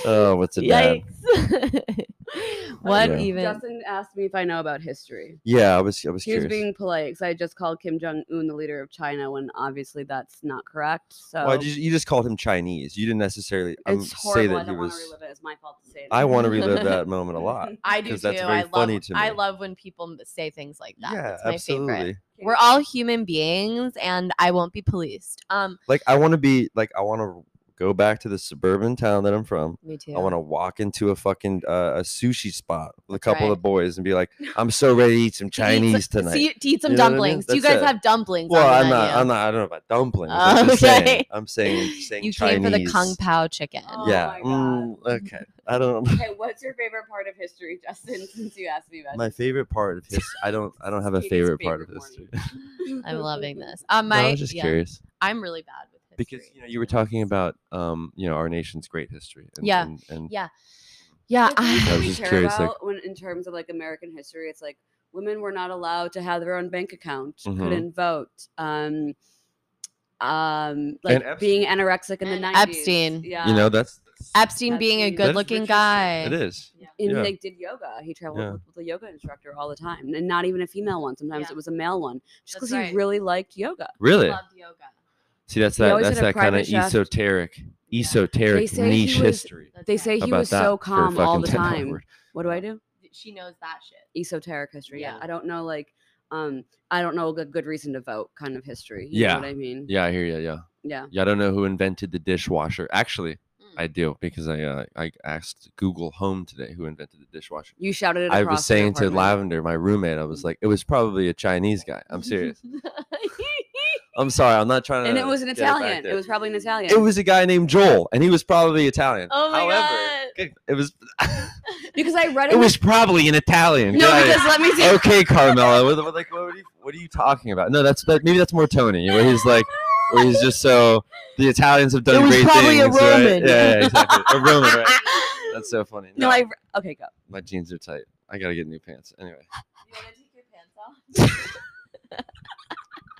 A: Oh, what's it? dad?
B: Yikes. what
A: Yeah.
B: even?
C: Justin asked me if I know about history.
A: Yeah, I was. I was
C: He was
A: curious.
C: being polite because I just called Kim Jong Un the leader of China when obviously that's not correct. So
B: uh,
A: Well, you, you just called him Chinese. You didn't necessarily um,
C: it's
A: say
C: horrible. I
A: that he
C: don't want to
A: was.
C: relive it. It's my fault to say it.
A: I want to relive that moment a lot.
B: I do
A: 'Cause
B: too.
A: that's
B: I
A: very
B: love.
A: funny to
B: I
A: me.
B: love when people m- say things like that.
A: yeah,
B: that's my
A: absolutely.
B: favorite. We're all human beings, and I won't be policed. Um,
A: Like I want to be. Like I want to go back to the suburban town that I'm from.
B: me too.
A: I want to walk into a fucking uh, a sushi spot with a
B: That's
A: couple
B: right.
A: of boys and be like, "I'm so ready to eat some
B: To eat some-
A: Chinese
B: so
A: tonight."
B: you- to eat some
A: You know what I mean?
B: dumplings. Do you
A: That's
B: guys
A: it.
B: have dumplings?
A: well,
B: on the
A: I'm not.
B: menu?
A: I'm not. I don't know about dumplings.
B: Oh,
A: I'm just saying.
B: okay.
A: I'm saying. saying
B: you
A: Chinese.
B: came for the kung pao chicken.
C: Oh
A: Yeah.
C: my God.
A: mm, okay. I don't.
C: Okay, what's your favorite part of history, Justin? Since you asked me about
A: My favorite part of his. I don't. I don't have a
C: Katie's
A: favorite part of
C: favorite
A: history.
C: morning.
B: I'm loving this. Um, my
A: no, I was just
B: yeah,
A: curious
B: I'm really bad with history.
A: because you know you were talking about um you know our nation's great history. And,
B: Yeah.
A: And, and
B: Yeah. Yeah,
C: The things
B: I,
C: that
A: I was
C: we
A: just
C: care
A: curious, like-
C: about when in terms of like American history, it's like women were not allowed to have their own bank account,
A: Mhm.
C: couldn't vote, um, um, like being anorexic in the
B: And
C: nineties.
B: Epstein.
C: yeah,
A: you know that's.
B: Epstein being a
C: Epstein.
B: good-looking guy.
A: It is.
C: and
A: yeah.
C: he like did yoga. He traveled
A: Yeah.
C: with, with a yoga instructor all the time, and not even a female one. Sometimes
B: Yeah.
C: it was a male one, just
B: That's
C: because he
B: right.
C: really liked yoga.
A: Really.
B: Loved yoga.
A: See, that's
C: He
A: that.
C: always
A: That's
C: had a
A: that kind of
C: private chef.
A: esoteric, esoteric
C: say he
A: niche
C: was-
A: history.
B: That's
C: They
B: right.
C: say he
A: about
C: was
A: that
C: so
A: for
C: calm all
A: fucking
C: the
A: 10 hours.
C: time. What do I do?
B: she knows that shit.
C: Esoteric history. Yeah,
B: Yeah.
C: I don't know. Like, um, I don't know a good, good reason to vote kind of history. You
A: Yeah.
C: know what I mean.
A: Yeah, I hear you. Yeah,
C: yeah.
A: yeah. I don't know who invented the dishwasher. Actually,
B: Mm.
A: I do because I uh, I asked Google Home today who invented the dishwasher.
C: You shouted it.
A: I
C: across
A: was
C: your
A: saying to
C: apartment. Mm-hmm.
A: Lavender, my roommate, I was like, it was probably a Chinese guy. I'm serious. I'm sorry. I'm not trying to.
C: and it was an
A: get back
C: Italian. It
A: there.
C: was probably an Italian.
A: It was a guy named Joel, and he was probably Italian.
B: Oh my
A: However,
B: God.
A: good- it was.
C: because I read it.
A: it was probably an Italian.
C: no,
A: Get outta here.
C: because let me see.
A: okay, Carmela. What, what- like, what, are you, what are you talking about? No, that's that, maybe that's more Tony, where he's like, where he's just so the Italians have done
B: It was
A: great
B: probably a
A: things, right?
B: Roman.
A: Yeah, yeah, exactly. a Roman, right? That's so funny.
C: No,
A: No,
C: I. re- Okay, go.
A: my jeans are tight. I gotta get new pants. Anyway,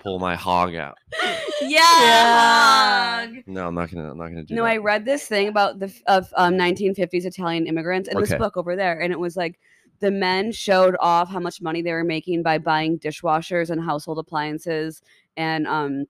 A: pull my hog out.
B: Yeah.
A: No, I'm not gonna. I'm not gonna do
C: No,
A: that.
C: I read this thing about the f- of um, 1950s Italian immigrants, and this
A: Okay.
C: book over there, and it was like the men showed off how much money they were making by buying dishwashers and household appliances, and um,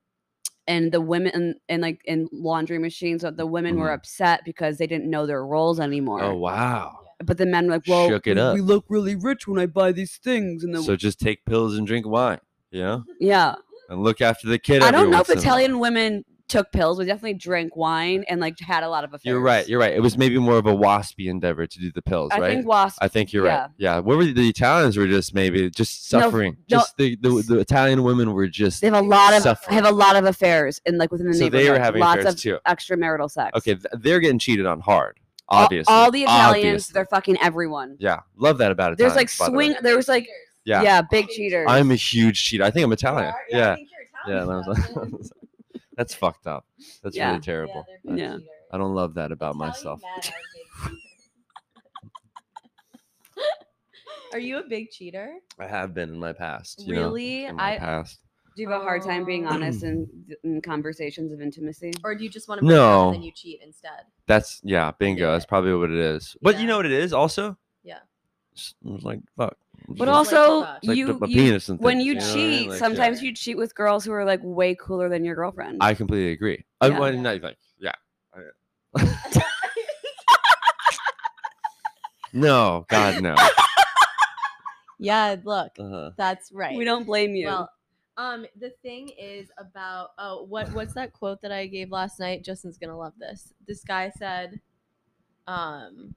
C: and the women and, and like in laundry machines. The women were
A: Mhm.
C: upset because they didn't know their roles anymore.
A: oh wow.
C: but the men were like, well,
A: Shook it
C: we-
A: up.
C: we look really rich when I buy these things, and then
A: So just take pills and drink wine, you know,
C: yeah,
A: and look after the kid.
C: I
A: every
C: don't know if
A: once in a while.
C: Italian women took pills, but definitely drank wine and like had a lot of affairs.
A: You're right. You're right. It was maybe more of a waspy endeavor to do the pills,
C: I
A: right?
C: think wasp.
A: I think you're
C: yeah.
A: right. Yeah. What were the, the Italians were just maybe just
C: No,
A: suffering.
C: no.
A: Just the, the the Italian women were just
C: they have a lot of
A: suffering.
C: have a lot of affairs in like within the
A: so
C: neighborhood.
A: they were having
C: lots
A: affairs
C: of
A: too.
C: extramarital sex.
A: Okay, th- they're getting cheated on hard.
C: All-
A: Obviously,
C: all, the Italians,
A: Obviously.
C: they're fucking everyone.
A: yeah, love that about it.
C: There's like swing. There was like yeah,
A: Yeah.
C: big cheaters.
A: I'm a huge cheater. I think I'm Italian.
E: are? I
A: Oh, Yeah,
E: think you're
A: yeah.
E: Italian,
A: and I was
E: though.
A: like- that's fucked up. That's
C: Yeah. Yeah,
A: really terrible.
E: they're big
C: Yeah.
E: cheaters.
A: I don't love that about
E: Italian
A: myself.
E: men are big cheaters. Are you a big cheater?
A: I have been in my past. You
C: really,
A: Know, in my
C: I
A: past.
C: do have a hard time being honest in, in conversations of intimacy.
E: Or do you just want to break up
A: No.
E: and then you cheat instead?
A: That's yeah, bingo. That's probably what it is. But you
E: Yeah.
A: know what it is also.
E: Yeah.
A: It's- it's like fuck. It's
C: But
A: just
E: all-
C: also,
E: fuck.
A: it's like
C: you,
A: the- the
C: you-
A: penis and
C: when
A: things,
C: you
A: know what I mean?
C: cheat,
A: Like, yeah.
C: sometimes you cheat with girls who are like way cooler than your girlfriend.
A: I completely agree. I
C: Yeah.
A: well, not like yeah. No, God no.
B: Yeah, look,
A: Uh-huh.
B: that's right.
C: we don't blame you.
B: Well,
E: Um, the thing is about oh, what what's that quote that I gave last night? Justin's gonna love this. This guy said, um,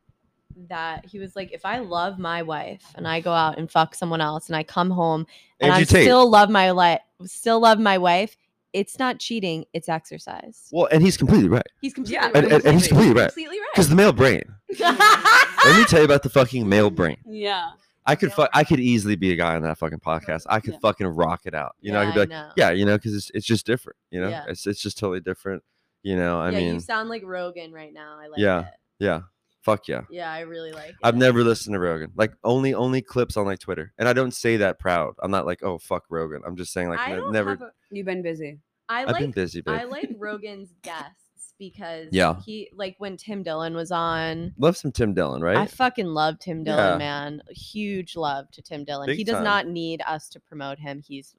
E: that he was like, if I love my wife and I go out and fuck someone else and I come home and I
A: Angie Tate.
B: still love my life, still love my wife. It's not cheating. It's exercise.
A: well, and he's completely right
E: he's completely
C: Yeah,
E: right.
C: and- and- and he's
A: completely right.
E: Completely
A: because the male brain.
E: right.
A: Let me tell you about the fucking male brain.
C: yeah,
A: I could
E: Male
A: fuck. I could easily be a guy on that fucking podcast. I could
C: Yeah.
A: fucking rock it out. You know, I could be like,
E: know.
A: yeah, you know, because it's it's just different. You know,
E: Yeah.
A: it's it's just totally different. You know, I
E: yeah,
A: mean,
E: you sound like Rogan right now. I like
A: Yeah.
E: it.
A: yeah, fuck yeah.
E: Yeah, I really like it.
A: I've never listened to Rogan. Like only only clips on like Twitter. And I don't say that proud. I'm not like, oh fuck Rogan. I'm just saying like
E: I
A: ne-
E: don't
A: never
E: have a-
C: you've been busy.
E: I
A: I've
E: like
A: been busy, babe.
E: I like Rogan's guests because
A: Yeah.
E: he like when Tim Dillon was on.
A: Love some Tim Dillon, right?
B: I fucking love Tim Dillon,
A: Yeah.
B: man. Huge love to Tim Dillon.
A: Big
B: he does
A: time.
B: not need us to promote him. He's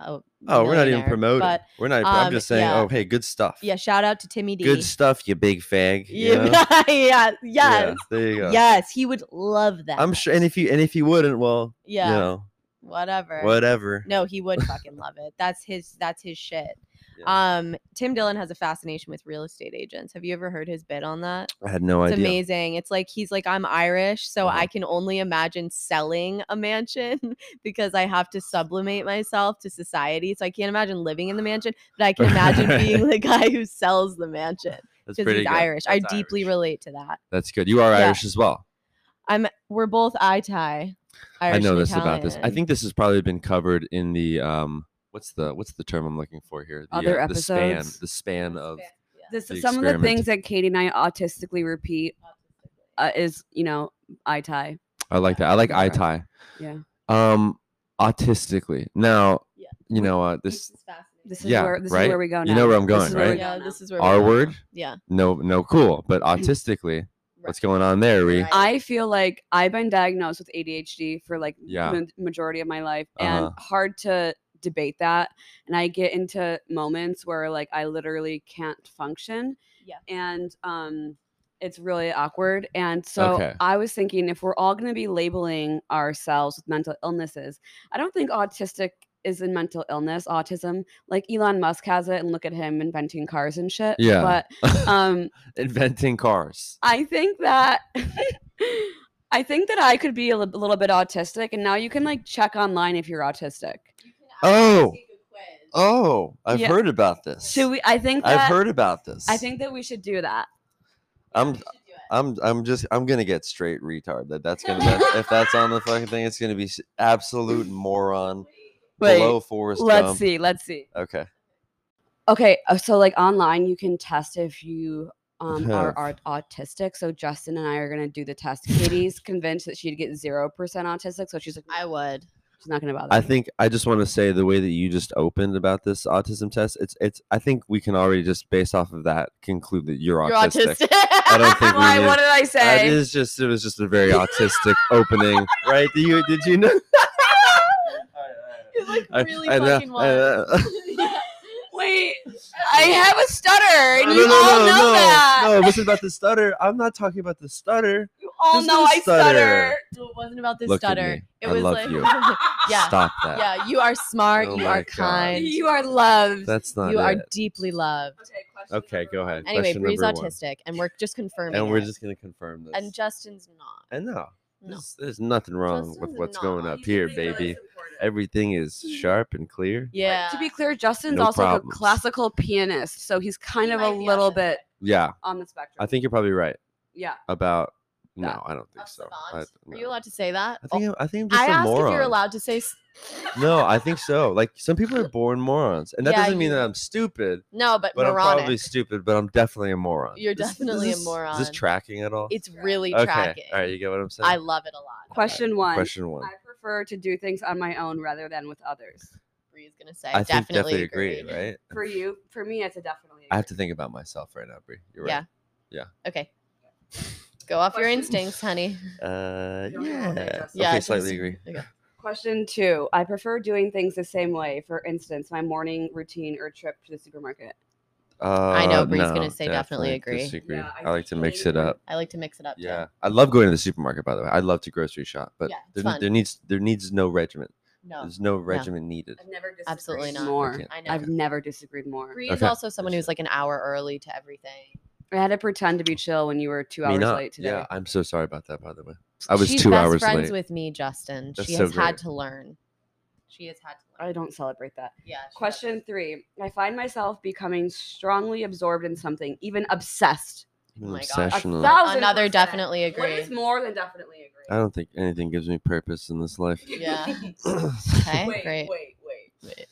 B: a
A: oh, we're not even
B: millionaire,
A: promoting.
B: But
A: we're not even,
B: um,
A: I'm just saying,
B: yeah.
A: oh hey, good stuff.
B: yeah, shout out to Timmy D.
A: Good stuff, you big fag. you know?
B: yeah, yeah,
A: Yeah,
B: yes,
A: There you go.
B: yes. He would love that.
A: I'm sure and if you and if you wouldn't, well,
B: Yeah,
A: you know,
B: whatever.
A: whatever.
B: No, he would fucking love it. That's his. That's his shit.
A: Yeah.
B: Um, Tim Dillon has a fascination with real estate agents. Have you ever heard his bid on that?
A: I had no
B: It's
A: idea.
B: amazing. It's like he's like, I'm Irish, so
A: Uh-huh.
B: I can only imagine selling a mansion because I have to sublimate myself to society. So I can't imagine living in the mansion, but I can imagine being the guy who sells the mansion
A: That's
B: because
A: pretty
B: he's
A: good.
B: Irish. I
A: That's
B: deeply
A: Irish.
B: relate to that.
A: That's good. You are
B: Yeah.
A: Irish as well.
B: I'm we're both eye tie.
A: I know this about this. I think this has probably been covered in the um what's the what's the term I'm looking for here? The, uh,
C: Other
A: the span
C: episodes?
A: the span of
C: This,
A: The
C: some of the
A: experiment.
C: things that Katie and I autistically repeat uh, is, you know, eye tie.
A: I like that. I like eye
C: Right.
A: tie.
C: Yeah.
A: Um, autistically. Now,
E: Yeah.
A: you know uh, this
E: is fascinating.
C: This is
A: Yeah,
C: where this is
A: right?
C: where we go now.
A: You know where I'm
C: This
A: going,
C: is where we
A: right?
E: Yeah,
C: go
E: this
C: now.
E: is where
A: R
E: we are
A: word.
B: Yeah.
A: No, no, cool. But autistically,
E: now.
A: what's going on there? Ree?
E: Right.
C: I feel like I've been diagnosed with ADHD for like
A: Yeah.
C: the majority of my life and
A: Uh-huh.
C: hard to debate that. And I get into moments where like I literally can't function.
E: Yeah.
C: And um it's really awkward. And so
A: Okay.
C: I was thinking if we're all going to be labeling ourselves with mental illnesses, I don't think autistic is in mental illness, autism. Like Elon Musk has it and look at him inventing cars and shit.
A: Yeah.
C: But um
A: Inventing cars.
C: I think that I think that I could be a li- little bit autistic, and now you can like check online if you're autistic.
E: You can actually
A: Oh.
E: take a quiz.
A: Oh, I've
C: Yeah.
A: heard about this.
C: So we, I think that,
A: I've heard about this.
C: I think that we should do that.
E: Yeah,
A: I'm-
E: you should do it.
A: I'm. I'm just. I'm gonna get straight retard. That that's gonna. That, if that's on the fucking thing, it's gonna be s- absolute moron.
C: Wait,
A: below Forrest
C: let's
A: Gump.
C: see. Let's see.
A: Okay.
C: Okay, uh, so like online, you can test if you um, are,
A: Have.
C: are autistic. So Justin and I are gonna do the test. Katie's convinced that she'd get zero percent autistic, so she's like,
B: I would.
C: she's not gonna bother.
A: I think I just want to say the way that you just opened about this autism test. It's it's. I think we can already just based off of that conclude that you're,
B: You're
A: autistic.
B: autistic.
A: I don't think we
C: Why?
A: need-
C: What did I
A: That
C: say?
A: is just. It was just a very autistic opening, right? Did you did you know?
E: It, like
A: I-
E: really
A: I know-
E: fucking
A: I know.
E: was.
C: Wait, I have a stutter, and you all know
A: no,
C: that.
A: no, listen about the stutter. I'm not talking about the stutter.
C: You Oh
A: There's
C: no,
A: no
C: I stutter.
A: stutter.
B: It wasn't about the
A: Look at
B: stutter.
A: me.
B: It
A: I
B: was
A: love
B: like,
A: you.
B: yeah,
A: Stop that.
B: yeah. You are smart.
A: Oh
B: you
A: my
B: are
A: God.
B: kind.
C: You are loved.
A: That's not
B: you
A: it.
B: are deeply loved.
A: okay, go ahead.
B: Anyway,
A: Question
B: Bree's
A: number one.
B: autistic, and we're just confirming.
A: And we're
B: it.
A: just gonna confirm this.
B: and Justin's not.
A: I know.
B: No.
A: There's, there's nothing wrong with
B: Justin's
A: what's
B: not.
A: going up here, baby. Everything is sharp and clear.
B: Mm-hmm. Yeah.
C: To be clear, Justin's
A: No
C: also like a
A: problems.
C: classical pianist, so he's kind
E: He
C: of a
E: might be
C: little
E: autistic.
C: bit
A: Yeah,
C: on the spectrum.
A: I think you're probably right
C: Yeah.
A: about.
C: That.
A: No, I don't think
E: A
A: so. I,
E: savant?
B: Are
A: no.
B: you allowed to say that? Oh,
A: I think I'm, I think I'm
B: I
A: just a
B: asked
A: moron.
B: if you're allowed to say. s-
A: No, I think so. Like some people are born morons, and that
B: Yeah,
A: doesn't mean
B: you-
A: that I'm stupid,
B: No, but,
A: but I'm
B: moronic.
A: probably stupid, but I'm definitely a moron.
B: You're definitely a
A: this- Is this
B: moron.
A: tracking at all?
B: it's really
A: okay.
B: tracking.
A: All right, you get what I'm saying.
B: I love it a lot.
C: Question one.
A: Question one.
C: I prefer to do things on my own rather than with others.
B: Bree's gonna say.
A: I think
B: definitely,
A: definitely agree,
B: agreed.
A: right?
C: For you, for me, it's a definitely.
A: I have to think about myself right now, Brie. You're right.
B: Okay. Go off your
C: Question-
B: instincts, honey.
A: Uh,
C: You don't have all day,
A: yeah.
C: Justin.
B: Yeah, I
A: Okay,
B: think
A: slightly
B: so.
A: agree.
C: Question two. I prefer doing things the same way. For instance, my morning routine or trip to the supermarket.
A: Uh,
B: know Bree's gonna say definitely agree.
A: disagree.
C: Yeah, I
A: I like to
C: hate
A: mix it
C: when-
A: up.
B: I like to mix it up. too.
A: Yeah, I love going to the supermarket. By the way, I love to grocery shop, but
B: Yeah, it's
A: there,
B: fun. Oh,
A: there needs there needs no regiment.
B: No.
A: There's no regiment needed.
C: I've never disagreed
B: Absolutely not.
C: more.
A: Okay.
B: I know.
C: I've never disagreed more.
B: Bree is
A: Okay.
B: also someone
A: That's
B: who's like an hour early to everything.
C: I had to pretend to be chill when you were two hours
A: Mina,
C: late today.
A: Yeah, I'm so sorry about that. By the way, I was
B: She's
A: two
B: best
A: hours
B: friends
A: late.
B: with me, Justin.
A: That's
B: she
A: so
B: has had
A: great.
B: to learn. She has had to learn.
C: I don't celebrate that.
B: yeah. she
C: Question three. I find myself becoming strongly absorbed in something, even obsessed.
A: Even
B: Oh my God.
C: A
A: obsessional.
B: does.
C: thousand
B: Another
C: percent.
B: definitely
C: What
B: agree.
C: is more than definitely agree?
A: I don't think anything gives me purpose in this life.
B: Yeah. Okay.
C: wait,
B: great.
C: wait, wait.
B: Wait.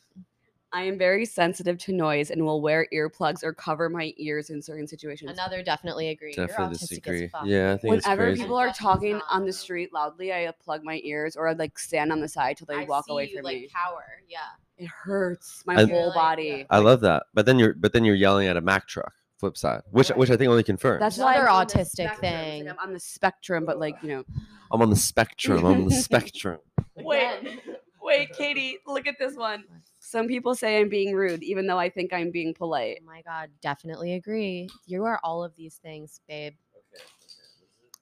C: I am very sensitive to noise and will wear earplugs or cover my ears in certain situations.
B: Another definitely agree. You're
A: Definitely
B: autistic
A: disagree.
B: As fuck.
A: Yeah, I think it's
C: Whenever
A: crazy.
C: people are
B: That's
C: talking
B: not
C: on the
B: normal.
C: street loudly, I uh, plug my ears or I like stand on the side till they
B: I
C: walk
B: see
C: away
B: you,
C: from
B: like,
C: me.
B: Cower. Yeah.
C: It hurts my
A: I-
C: whole
B: Really?
C: body.
A: I love that, but then you're but then you're yelling at a Mack truck. Flip side, which which I think only confirms.
C: That's why
B: Another
C: I'm on the
B: autistic
C: spectrum. It's like
B: thing.
C: I'm on the spectrum, but like you know.
A: I'm on the spectrum. I'm on the spectrum.
C: Wait, wait, Katie, look at this one. Some people say I'm being rude, even though I think I'm being polite.
B: Oh my God. Definitely agree. You are all of these things, babe.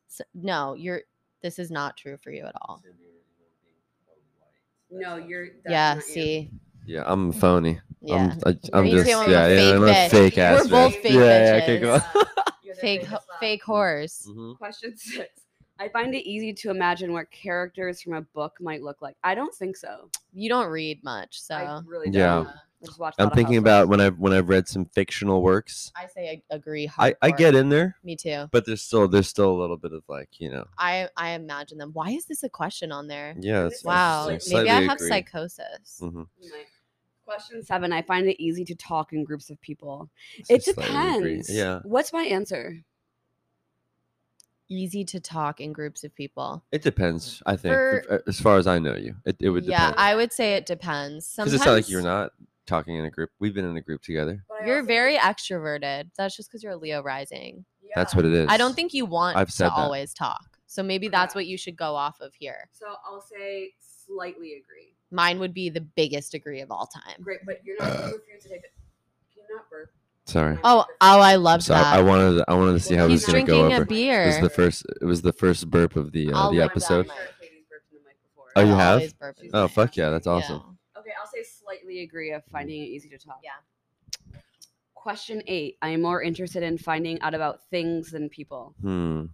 B: S- no, you're. This is not true for you at all.
C: No, you're.
B: yeah. See.
A: Yeah, I'm phony.
B: Yeah.
A: I'm, I, I'm
B: You're
A: just
B: the
A: yeah,
B: only one with a
A: yeah, I'm
B: fake bitch.
A: a fake ass.
B: We're both
A: bitch.
B: fake
A: yeah, yeah, okay,
B: bitches.
A: go on.
B: fake. Ho- fake whores.
C: Mm-hmm.
A: Mhm.
C: Question six. I find it easy to imagine what characters from a book might look like. I don't think so.
B: You don't read much, so.
C: I really don't.
A: Yeah.
C: I just watched a
A: I'm
C: lot of
A: thinking
C: Housewives.
A: about when I've when I've read some fictional works.
B: I say I agree.
A: I, I
B: hardcore.
A: get in there,
B: Me too.
A: but there's still there's still a little bit of like you know
B: I I imagine them. Why is this a question on there?
A: yeah. It's
B: Wow. Maybe
A: interesting.
B: I
A: Slightly
B: have
A: agree.
B: psychosis.
A: Mm.
C: You might. Question seven. I find it easy to talk in groups of people.
A: It's
C: It
A: just slightly agree.
C: depends.
A: Yeah,
C: What's my answer?
B: Easy to talk in groups of people.
A: it depends. I think
B: For-
A: if- uh, as far as I know you, it, it would
B: yeah,
A: depend.
B: I would say it depends.
A: Because
B: Sometimes
A: it's not like you're not talking in a group. We've been in a group together.
B: You're very extroverted. That's just because you're a Leo rising.
A: That's what it is.
B: I don't think you want
A: I've
B: to
A: said that.
B: always talk. So maybe that's what you should go off of here.
C: So I'll say slightly agree.
B: Mine would be the biggest degree of all time.
C: Great, but you're
A: not- Uh,
C: you refuse to take it. Can you not burp? Um,
A: Sorry.
B: Oh, oh, I love
A: Sorry.
B: that.
A: I wanted I wanted to see how
B: He's
A: this was gonna go
B: drinking
A: over.
B: a
A: It was
B: beer.
A: the first. It was the first burp of the uh,
B: I'll
A: the
B: let that
A: episode.
B: mic.
A: Oh, you
B: I
A: have?
B: always burp in
C: She's
B: the
A: Oh
B: mic.
A: fuck yeah, that's
B: Yeah.
A: awesome.
C: Okay, I'll say slightly agree of finding it easy to talk.
B: Mm-hmm. Yeah.
C: Question eight. I am more interested in finding out about things than people.
A: Hmm. You,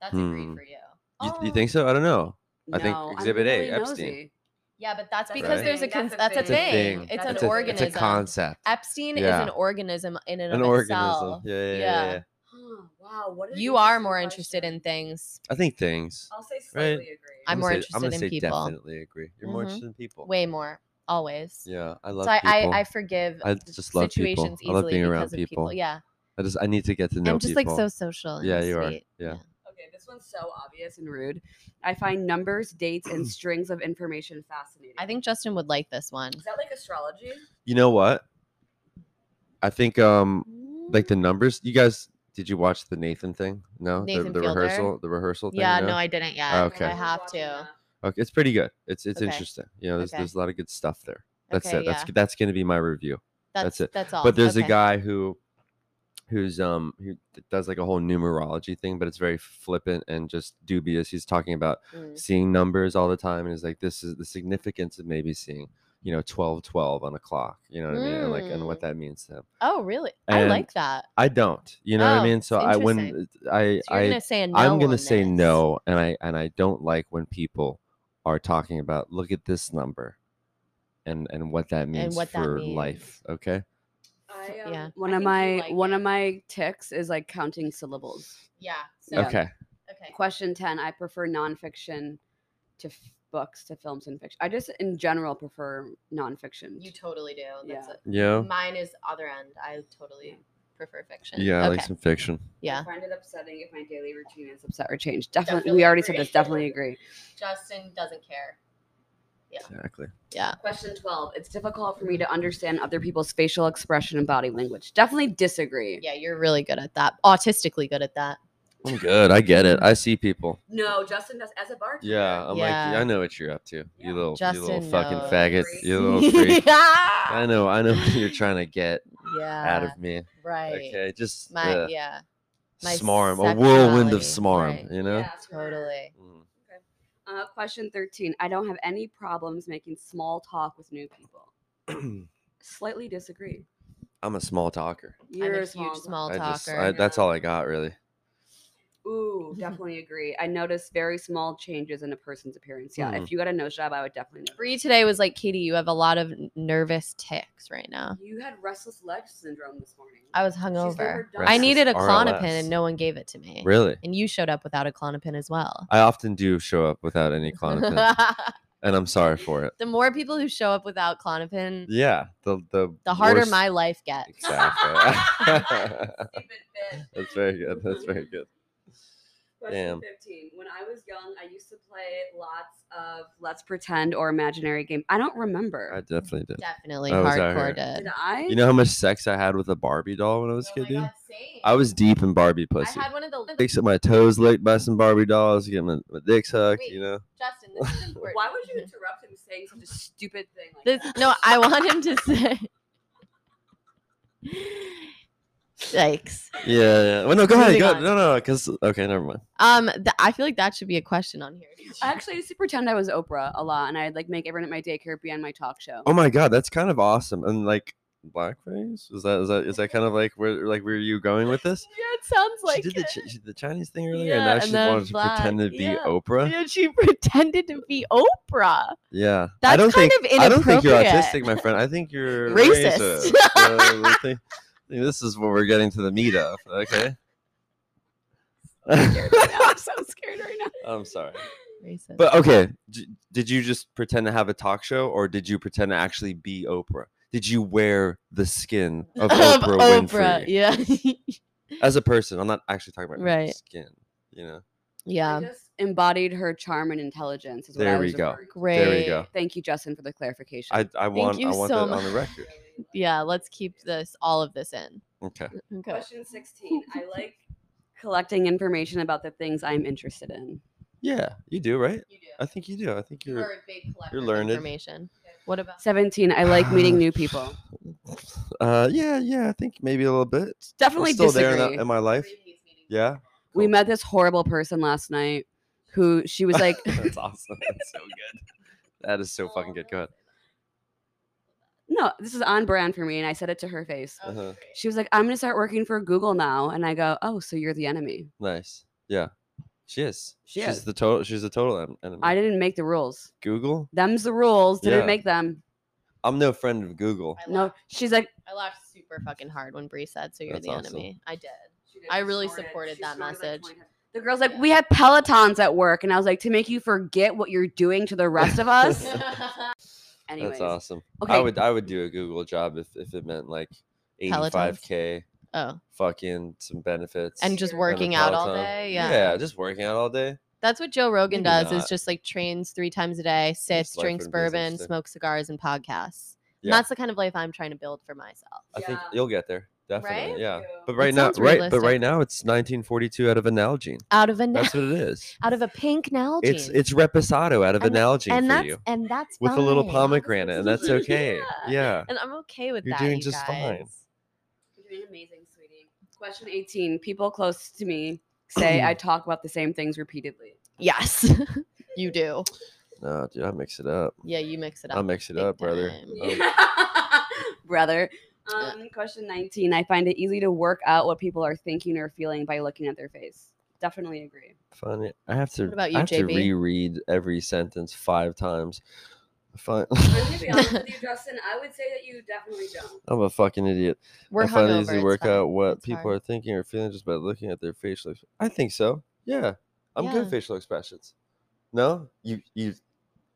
B: That's a agreed
A: Hmm.
B: for you. Oh,
A: you think so? I don't know. I think
C: No, I'm
A: Exhibit A,
C: really
A: Epstein.
C: nosy.
B: Yeah, but that's
C: That's
A: a
B: because there's a
C: thing.
B: cons-
C: That's
B: that's,
C: a
B: a thing.
C: thing.
B: It's
C: That's
B: an
C: a thing.
B: organism.
A: It's a concept.
B: Epstein
A: Yeah.
B: is an organism in and of
A: An organism.
B: itself.
A: Yeah, yeah, yeah,
B: Yeah.
A: yeah, yeah.
C: Oh, wow. What an
B: You are more
C: interesting
B: interested
C: question.
B: in things.
A: I think things.
C: I'll say
A: Right.
C: slightly agree.
B: Oh, I'm
A: gonna
B: more
A: say-
B: interested
A: I'm gonna
B: in
A: say
B: people.
A: Definitely agree. You're more
B: Mhm.
A: interested in people.
B: Way more. Always.
A: Yeah, I love
B: So I,
A: people.
B: I, I forgive
A: I just love people.
B: situations
A: I love
B: easily
A: being around
B: because of people.
A: people.
B: Yeah.
A: I just I need to get to know
B: I'm just
A: people.
B: like so social. And
A: yeah, you are.
B: sweet.
A: Yeah.
C: Okay, this one's so obvious and rude. I find numbers, dates, and strings of information fascinating.
B: I think Justin would like this one.
C: is that like astrology?
A: You know what? I think um like the numbers. You guys, did you watch the Nathan thing? No,
B: Nathan
A: the, the
B: Fielder?
A: rehearsal, the rehearsal thing.
B: Yeah, no, I didn't yet.
A: Oh, okay.
B: I have to.
A: okay, it's pretty good. It's it's
B: Okay.
A: interesting. You know, there's
B: Okay.
A: there's a lot of good stuff there. That's
B: Okay,
A: it. That's
B: yeah.
A: that's gonna be my review.
B: That's,
A: it.
B: That's all.
A: But there's a
B: Okay.
A: guy who who's um who d- does like a whole numerology thing, but it's very flippant and just dubious. He's talking about
B: Mm.
A: seeing numbers all the time, and he's like, this is the significance of maybe seeing, you know, 12, 12 on a clock. You know what I mean? And like, and
B: Mm.
A: what that means to him.
B: Oh, really? I
A: And-
B: like that.
A: I don't. You know what
B: Oh,
A: I mean? So I when
B: interesting.
A: I
B: So you're
A: I
B: gonna say a no.
A: I'm
B: on
A: gonna say
B: this.
A: no, and I and I don't like when people are talking about look at this number, and and what that means
B: what that
A: for life. Okay,
B: I, um, Yeah. I think
C: One of
B: you
C: my
B: like
C: one
B: it.
C: of my ticks is like counting syllables.
B: Yeah. So,
C: Yeah.
A: okay.
B: okay.
C: Question ten: I prefer nonfiction to f- books to films and fiction. I just in general prefer nonfiction.
B: You totally do. That's
C: Yeah.
B: it.
A: Yeah,
B: Mine is other end. I totally prefer fiction.
A: yeah, I
B: Okay.
A: like some fiction.
B: yeah.
C: I find it upsetting if my daily routine is upset or changed. Definitely,
B: Definitely
C: we already said
B: agree.
C: this. Definitely agree.
B: Justin doesn't care.
A: Exactly.
C: Question 12. It's difficult for me to understand other people's facial expression and body language. Definitely disagree.
B: Yeah, you're really good at that. Autistically good at that.
A: I'm good. I get
B: Mm-hmm.
A: it. I see people.
C: No, Justin does as a bartender.
A: Yeah, I'm like,
B: Yeah.
A: I know what you're up to. You little, you little
B: Justin
A: fucking
B: knows.
A: faggot.
C: Freak.
A: You little freak.
B: yeah.
A: I know. I know what you're trying to get out
B: Yeah.
A: of me.
B: Right.
A: Okay, just
B: My
A: uh,
B: yeah. my
A: smarm, a whirlwind of smarm.
B: sexuality, right.
A: You know.
B: Totally.
A: Mm.
C: Uh, question 13. I don't have any problems making small talk with new people. Slightly disagree.
A: I'm a small talker.
C: You're
B: I'm a
C: a small,
B: huge small
A: I
B: talker.
A: just, I, that's all I got really.
C: Ooh, definitely agree. I notice very small changes in a person's appearance. Yeah,
A: Mm-hmm.
C: if you got a nose job, I would definitely notice.
B: Bree today was like, Katie, you have a lot of n- nervous ticks right now.
C: You had restless leg syndrome this morning.
B: I was
C: She's
B: hungover.
C: never
B: I
C: done
A: Restless
B: needed a clonopin
A: RLS.
B: and no one gave it to me.
A: Really,
B: And you showed up without a clonopin as well.
A: I often do show up without any clonopin,
B: the
A: and I'm sorry for it.
B: more people who show up without clonopin,
A: Yeah, the the
B: the harder
A: worst-
B: my life gets.
A: exactly.
C: Stupid bitch.
A: That's very good. That's very good.
C: Question
A: Damn.
C: 15. When I was young, I used to play lots of let's pretend or imaginary game. I don't
A: I
C: remember.
A: definitely did.
B: Definitely
A: I was out
B: hardcore
A: here.
B: did.
C: Did I?
A: You know how much sex I had with a Barbie doll when I
B: Oh
A: was a kid, dude. I was deep in Barbie
B: I
A: pussy.
B: had one of the
A: Dicks at my toes licked by some Barbie dolls, getting my, my dicks hugged.
B: Wait.
A: You know,
B: Justin, this is important.
C: Why would you interrupt him saying such a stupid thing like
B: This,
C: that?
B: no, I want him to say. Yikes.
A: yeah, yeah. Well, no, go ahead.
B: Moving
A: Go.
B: on.
A: No, no, no. Because okay, never mind.
B: Um, th- I feel like that should be a question on here.
C: I actually used to pretend I was Oprah a lot, and I'd like make everyone at my daycare be on my talk show.
A: Oh my god, that's kind of awesome. And like blackface is that is that is that kind of like where like where are you going with this?
B: Yeah, it sounds
A: she
B: like
A: did the,
B: it.
A: chi- she did the Chinese thing earlier,
B: Yeah,
A: and now
B: and
A: she
B: then
A: wanted to
B: black.
A: pretend to be
B: Yeah.
A: Oprah. Yeah,
B: Yeah, she pretended to be Oprah. That's
A: I don't
B: kind
A: think
B: of
A: I don't think you're
B: inappropriate.
A: autistic, my friend. I think you're
B: Racist.
A: racist. Uh, I think- I think this is what we're getting to the meat of. Okay,
C: I'm so scared right now.
A: I'm sorry,
B: Racist.
A: but okay. D- did you just pretend to have a talk show, or did you pretend to actually be Oprah? Did you wear the skin of, Oprah, Winfrey?
B: yeah,
A: as a person. I'm not actually talking about
B: Right.
A: right. skin. You know,
B: yeah,
C: I just embodied her charm and intelligence. Is what I
A: There
C: was
A: we go.
C: referring to.
B: great.
A: there we go.
C: Thank you, Justin, for the clarification.
A: I I want
B: you
A: I want
B: so
A: that on the
B: much.
A: record.
B: Yeah, let's keep this all of this in.
A: Okay.
B: Okay.
C: Question 16. I like collecting information about the things I'm interested in.
A: Yeah, you do right.
B: You do.
A: I think you do. I think you're.
B: a big collector
A: of learned.
B: Information. What about?
C: 17. I like meeting new people.
A: Uh, yeah, yeah. I think maybe a little bit. I'm
C: Definitely
A: still
C: disagree.
A: there in, that, in my life. Yeah.
C: We
A: cool.
C: met this horrible person last night who she was like,
A: That's awesome. That's so good. That is so fucking good. Go ahead.
C: no, this is on brand for me. And I said it to her face.
A: Uh-huh.
C: She was like, I'm going to start working for Google now. And I go, oh, so you're the enemy.
A: Nice. Yeah. She is.
C: She
A: she's
C: is.
A: the total. She's a total en- enemy.
C: I didn't make the rules.
A: Google.
C: Them's the rules. Didn't
A: Yeah.
C: make them.
A: I'm no friend of Google.
B: I
C: No,
B: laughed.
C: she's like,
B: I laughed super fucking hard when Bree said, "So you're
A: That's
B: the
A: awesome.
B: enemy." I did. I really supported that message.
C: the girl's like, we had Pelotons at work. And I was like, to make you forget what you're doing to the rest of us. Anyways,
A: That's awesome. I
C: okay.
A: would I would do a Google job if, if it meant like
B: Pelotons?
A: 85k,
B: oh,
A: fucking some benefits,
B: and just
C: Sure.
B: working out all
A: Peloton.
B: day. Yeah.
A: just working out all day.
B: That's what Joe Rogan
A: Maybe
B: does is
A: not.
B: just like trains three times a day, sits,
A: life
B: drinks
A: and business
B: bourbon,
A: stuff.
B: smokes cigars, and podcasts. And
A: Yeah.
B: that's the kind of life I'm trying to build for myself.
A: I think
C: Yeah.
A: you'll get there. Definitely.
B: Right?
A: Yeah. But
B: It
A: right now,
B: sounds
A: right? But
B: realistic.
A: right now, it's 1942 out of analgene.
B: Out of a na-
A: That's what it is.
B: out of a pink Nalgene.
A: It's it's reposado out of
B: And-
A: analgene
B: and
A: for
B: that's
A: you
B: and that's
A: with a little
B: fine.
A: pomegranate, and that's okay.
B: Yeah.
A: Yeah.
B: And I'm okay with
A: You're
B: that.
A: doing
B: you
A: just fine.
B: guys.
C: You're doing amazing, sweetie. Question 18. People close to me say I talk about the same things repeatedly.
B: Yes, you do.
A: No, dude, I mix it up.
B: Yeah, you mix it up.
A: I mix it
B: big
A: up, brother.
B: time.
A: Um,
C: Brother. Um, question 19. I find it easy to work out what people are thinking or feeling by looking at their face. Definitely agree.
A: funny. I have to.
B: What about
A: I
B: you,
A: have to
B: JB?
A: reread every sentence five times. I find-
C: I'm gonna be honest with you, Justin. I would say that you definitely don't.
A: I'm a fucking idiot.
B: We're
A: I find it
B: hungover.
A: easy to
B: it's
A: work
B: fine.
A: out what
B: It's
A: people
B: hard.
A: are thinking or feeling just by looking at their facial. Ex- I think so. Yeah, I'm good
B: Yeah.
A: at facial expressions. No, you you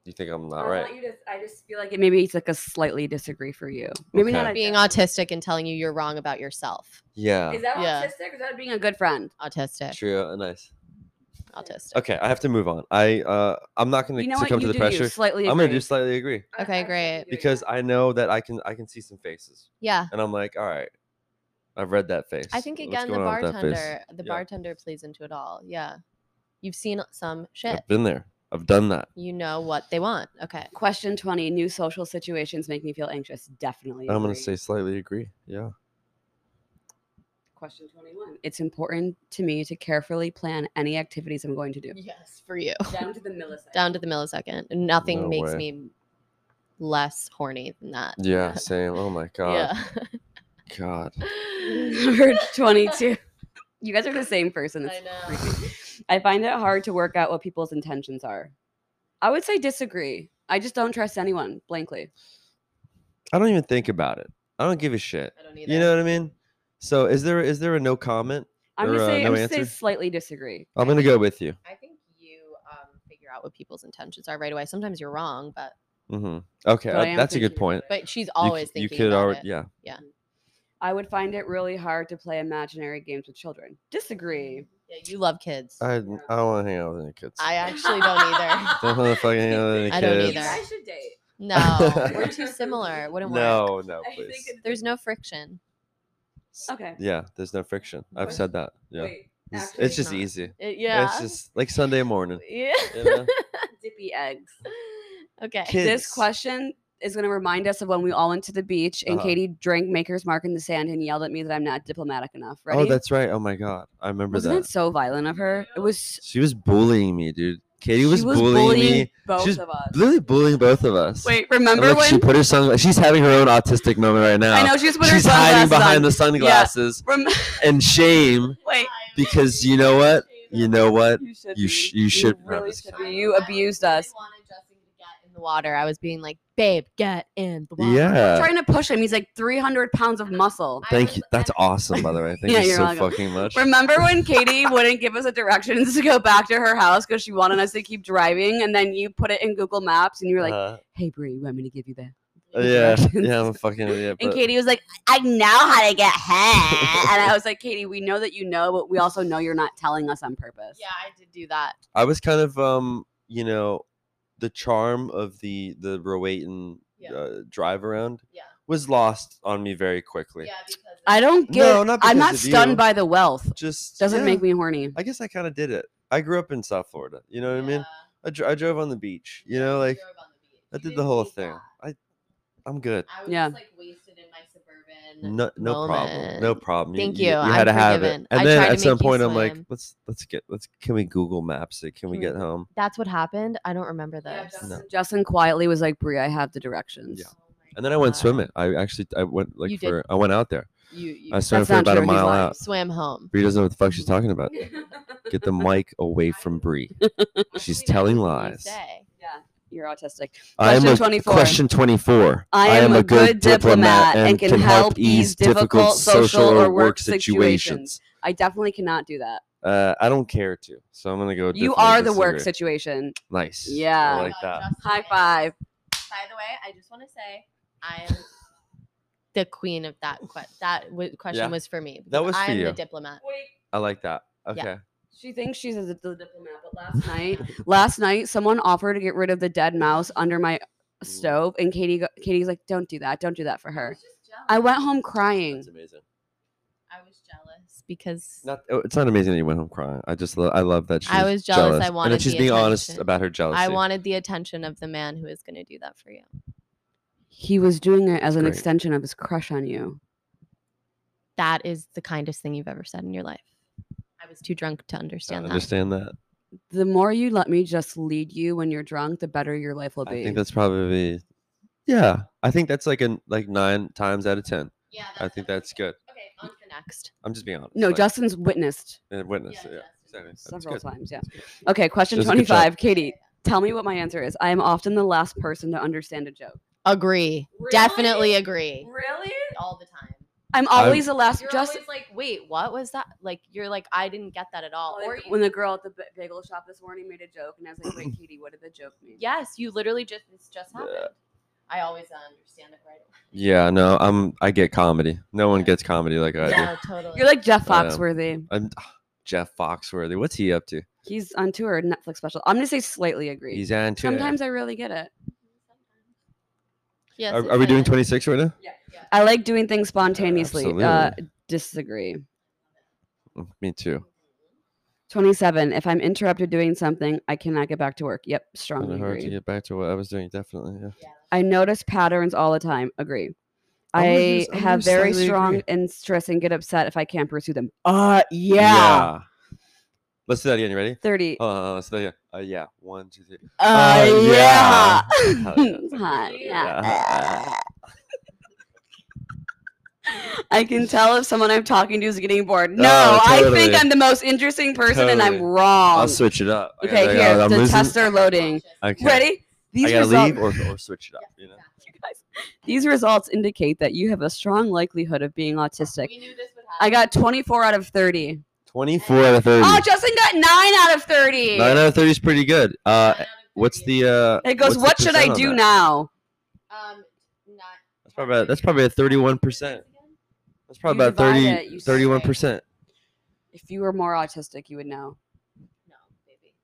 A: you think I'm not
C: I
A: right?
C: want you to. I just feel like it. Maybe it's like a slightly disagree for you. Maybe not
A: Okay.
C: a
B: Being
C: dis-
B: autistic and telling you you're wrong about yourself.
A: Yeah,
C: Is that
B: Yeah.
C: autistic? Or is that being a good friend?
B: Autistic.
A: true. uh, Nice.
B: Autistic.
A: Okay, I have to move on. I uh, I'm not going
C: you
A: to
C: know
A: succumb
C: what? You
A: to
C: do
A: the
C: you.
A: pressure.
C: Slightly.
A: I'm going to
C: agree.
A: just slightly agree
C: I-
B: Okay, great.
C: I totally agree with
A: because
C: that.
A: I know that I can I can see some faces,
B: Yeah.
A: and I'm like, all right, I've read that face.
B: I think
A: What's
B: again the
A: going on with that face?"
B: bartender the
A: Yeah.
B: bartender plays into it all. Yeah. You've seen some shit.
A: I've been there. I've done that.
B: You know what they want. Okay.
C: Question 20 New social situations make me feel anxious. Definitely.
A: I'm going to
C: agree.
A: say slightly agree. Yeah.
C: question 21. It's important to me to carefully plan any activities I'm going to do.
B: Yes, for you.
C: Down to the millisecond.
B: Down to the millisecond. Nothing
A: No
B: makes
A: way.
B: me less horny than that.
A: Yeah. Same. Oh my god. God.
B: Yeah.
C: Number 22. You guys are the same person.
B: I
C: It's
B: know.
C: creepy. I find it hard to work out what people's intentions are. I would say disagree. I just don't trust anyone blankly.
A: I don't even think about it. I don't give a shit.
B: I don't either.
A: You know what I mean? So is there is there a no comment?
C: I'm
A: Or,
C: gonna
A: uh,
C: say, I'm
A: no
C: gonna say
A: answer?
C: slightly disagree.
A: I'm gonna go with you.
B: I think you um, figure out what people's intentions are right away. Sometimes you're wrong, but
A: hmm Okay,
C: But I
A: uh,
C: am
A: that's a good
C: thinking about
A: point.
C: it.
B: but
A: You
B: she's
A: c-
B: always
A: you,
B: thinking
A: could
B: about
A: already,
B: it.
A: yeah.
C: I would find it really hard to play imaginary games with children. Disagree.
B: Yeah, you love kids.
A: I, I don't want to hang out with any kids.
B: I actually don't either.
A: don't want to fucking hang out with any
B: I
A: kids.
B: don't either.
C: You guys should date.
B: No, we're too similar. It Wouldn't work.
A: No, no,
C: I think
A: please.
C: it's-
B: There's no friction.
C: Okay.
A: Yeah, there's no friction. I've
C: Wait,
A: said that. Yeah,
C: Wait.
A: It's-
C: actually
A: it's just
B: not.
A: easy.
C: Uh,
B: yeah.
A: It's just like Sunday morning.
B: yeah.
A: You know?
C: Dippy eggs.
B: Okay.
A: Kids.
C: This question is going to remind us of when we all went to the beach and
A: Uh-huh.
C: Katie drank Maker's Mark in the sand and yelled at me that I'm not diplomatic enough. Ready?
A: oh, that's right. Oh my god, I remember
C: Wasn't
A: that.
C: it so violent of her? It was.
A: She was bullying me, dude. Katie
C: she
A: was, bullying, me.
C: both
A: was
C: of us.
A: Literally bullying both of us.
C: Wait,
A: And
C: remember
A: look,
C: when?
A: she put her son. She's having her own autistic moment right now.
C: I know she was put
A: she's
C: her sunglasses
A: hiding behind
C: on.
A: the sunglasses
C: Rem-
A: and shame
C: Wait.
A: because you know what? You know what?
C: You should.
A: You
C: be.
A: sh- you should- no, I'm
C: really
A: just
C: should
A: kidding.
C: be. You abused us.
B: wanted Justin to get in the water. I was being like, babe, get in the water.
A: Yeah.
C: Trying to push him. He's like 300 pounds of muscle.
A: Thank you. That's awesome, by the way. Thank
C: Yeah,
A: you
C: you're
A: so
C: welcome.
A: fucking much.
C: Remember when Katie wouldn't give us the directions to go back to her house because she wanted us to keep driving, and then you put it in Google Maps, and you were like,
A: Uh,
C: "Hey, Brie, you want me to give you that?"
A: yeah,
C: directions.
A: yeah, I'm a fucking idiot.
C: And
A: but-
C: Katie was like, I know how to get hair. and I was like, Katie, we know that you know, but we also know you're not telling us on purpose.
B: Yeah, I did do that.
A: I was kind of um, you know, the charm of the the Rowayton
B: Yeah.
A: uh, drive around
B: Yeah.
A: was lost on me very quickly.
B: Yeah, because
C: I don't get
A: No, not
C: I'm
A: because
C: not
A: of
C: stunned
A: you.
C: by the wealth.
A: Just
C: Doesn't
A: yeah,
C: make me horny.
A: I guess I kind of did it. I grew up in South Florida. You know what I mean? I, dr- I drove on the beach. You know, like I did the whole thing. I I'm good.
B: I
C: was Yeah. just,
B: like wasted in my suburban.
A: No, no problem. No
B: moment.
A: problem.
B: Thank
A: You,
B: you,
A: had
B: I'm
A: to have
B: forgiven.
A: it. And
B: I
A: then
B: tried to
A: at some
B: make you
A: point, I'm like,
B: swim.
A: let's let's get let's can we Google Maps it? Can we
B: Can we-
C: Mm-hmm.
A: get home?
B: That's what happened. I don't oh remember
C: Yeah,
B: this.
C: Justin,
A: No.
C: Justin quietly was like, Brie, I have the directions.
A: Yeah. And then I
C: Uh,
A: went
B: God.
A: swimming. I actually I went like
B: You did.
A: for I went out there.
B: You, you
A: I swam
C: That's
A: for
C: not
A: about
C: true,
A: a
C: he's
A: mile
C: lying.
A: out.
B: swam home.
A: Bree doesn't know what the fuck she's talking about. Get the mic away from Bree. She's telling lies.
C: You're autistic.
A: I am
C: Question
A: a
C: 24.
A: question twenty four.
C: I am a good diplomat and can help ease difficult social or work situations. I definitely cannot do that.
A: Uh, I don't care to, so I'm gonna go.
C: you
A: definitely
C: are the work
A: disagree.
C: situation.
A: Nice.
C: Yeah.
A: I like that.
C: High five.
B: By the way, I just want to say I am the queen of that que- that w- question
A: Yeah.
B: was for me.
A: That
B: because
A: was for
B: I am the
A: you.
B: diplomat.
C: Wait,
A: I like that. Okay.
C: She thinks she's a, the diplomat, but last night, last night, someone offered to get rid of the dead mouse under my stove, and Katie, go- Katie's like, "Don't do that! Don't do that for her." I went home crying.
A: That's amazing.
B: I was jealous because
A: Not, oh, it's not amazing that you went home crying. I just love. I love that. She's
B: I was jealous. I
A: And then
B: wanted
A: she's
B: the
A: being honest
B: attention.
A: about her jealousy.
B: I wanted the attention of the man who is going to do that for you.
C: He was doing it as an
A: Great.
C: extension of his crush on you.
B: That is the kindest thing you've ever said in your life. I was too drunk to
A: I
B: understand that.
A: understand that.
C: The more you let me just lead you when you're drunk, the better your life will be.
A: I think that's probably yeah. I think that's like an like nine times out of ten.
B: Yeah,
A: I think that's good.
B: okay. On to the next.
A: I'm just being honest.
C: no,
A: like,
C: Justin's witnessed
A: and witness.
B: Yeah,
A: Yeah, exactly. That's
C: several
A: good.
C: times. Yeah. Okay, question
A: Does a good job.
C: 25. Katie, tell me what my answer is. I am often the last person to understand a joke.
B: Agree. Definitely agree.
E: Really? All the time.
C: I'm always the last.
B: You're
C: Just
B: always like, wait, what was that? Like, you're like, I didn't get that at all. Or you,
C: when the girl at the ba- bagel shop this morning made a joke, and I was like, wait, Katie, what did the joke mean?
B: yes, you literally just this just happened.
A: Yeah.
B: I always understand it right away.
A: Yeah, no, I'm. I get comedy. No one gets comedy like I do.
B: Yeah, totally.
C: You're like Jeff
A: Yeah.
C: Foxworthy.
A: I'm Jeff Foxworthy. What's he up to?
C: He's on tour, Netflix special. I'm going to say slightly agree.
A: He's on tour.
C: Sometimes I really get it.
B: yes,
A: Are, are we doing 26 right now?
C: I like doing things spontaneously. Uh,
A: absolutely.
C: disagree.
A: Mm, Me too.
C: 27. If I'm interrupted doing something, I cannot get back to work. Yep,
A: Kind
C: strongly
A: of hard to
C: agree.
A: get back to what I was doing. Definitely. Yeah.
C: I notice patterns all the time. Agree.
A: I'm with you
C: I
A: s- I'm with
C: have
A: you
C: very
A: slightly
C: strong
A: agree.
C: interest and get upset if I can't pursue them. Uh, yeah.
A: Let's do that again. You ready?
C: 30.
A: Oh, uh, let's do that again. Uh, yeah. One, two, three.
C: Uh,
A: yeah.
C: yeah.
A: Hell yeah.
C: Huh, yeah.
A: Yeah.
C: I can tell if someone I'm talking to is getting bored. No, I think
A: Oh, totally.
C: I'm the most interesting person and I'm
A: Totally.
C: wrong.
A: I'll switch it up. I
C: Um, okay,
A: gotta- I
C: here,
A: gotta- I'm
C: the
A: losing-
C: tester loading.
A: Okay.
C: Ready? These
A: I gotta
C: result-
A: leave or, or switch it up. You know.
C: You guys, these results indicate that you have a strong likelihood of being autistic.
E: We knew this would happen.
C: I got 24 out of 30.
A: 24 out of 30.
C: Oh, Justin got 9 out of 30.
A: 9 out of 30 is pretty good. Uh, what's the uh?
C: it
A: what's
C: goes,
A: the
C: what should I
A: percent on
C: do
A: that?
C: now?
E: Um, not.
A: That's probably about- that's probably a 31%. That's probably
C: You
A: about
C: divide
A: 30,
C: it, you say.
A: 31%.
C: If you were more autistic, you would know.
E: No, baby.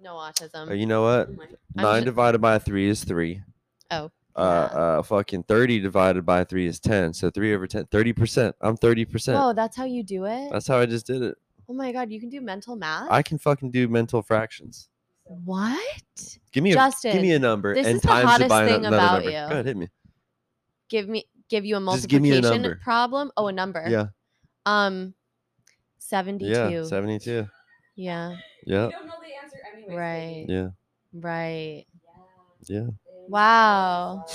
E: No
C: Um,
E: autism.
A: Uh, You know what?
B: I'm
A: Nine
B: ju-
A: divided by three is three.
B: Oh,
A: Uh, uh, fucking 30 divided by 3 is 10. So 3 over 10, 30%. I'm 30%.
B: Oh, that's how you do it.
A: That's how I just did it.
B: oh my god, you can do mental math.
A: I can fucking do mental fractions.
B: what?
A: Give me a give
B: Justin,
A: me a number
B: this
A: and
B: is the
A: times
B: hottest
A: it by ano-
B: thing
A: another
B: about
A: number.
B: you.
A: Go ahead, hit me.
B: Give me give you a
A: Just give me a
B: multiplication
A: number.
B: problem. Oh, a number.
A: Yeah.
B: Um, seventy-two.
A: Yeah, 72.
B: Yeah,
A: Yeah.
C: don't know the answer
B: Right.
C: anyway.
A: Yeah.
B: Right.
A: Yeah.
B: Wow.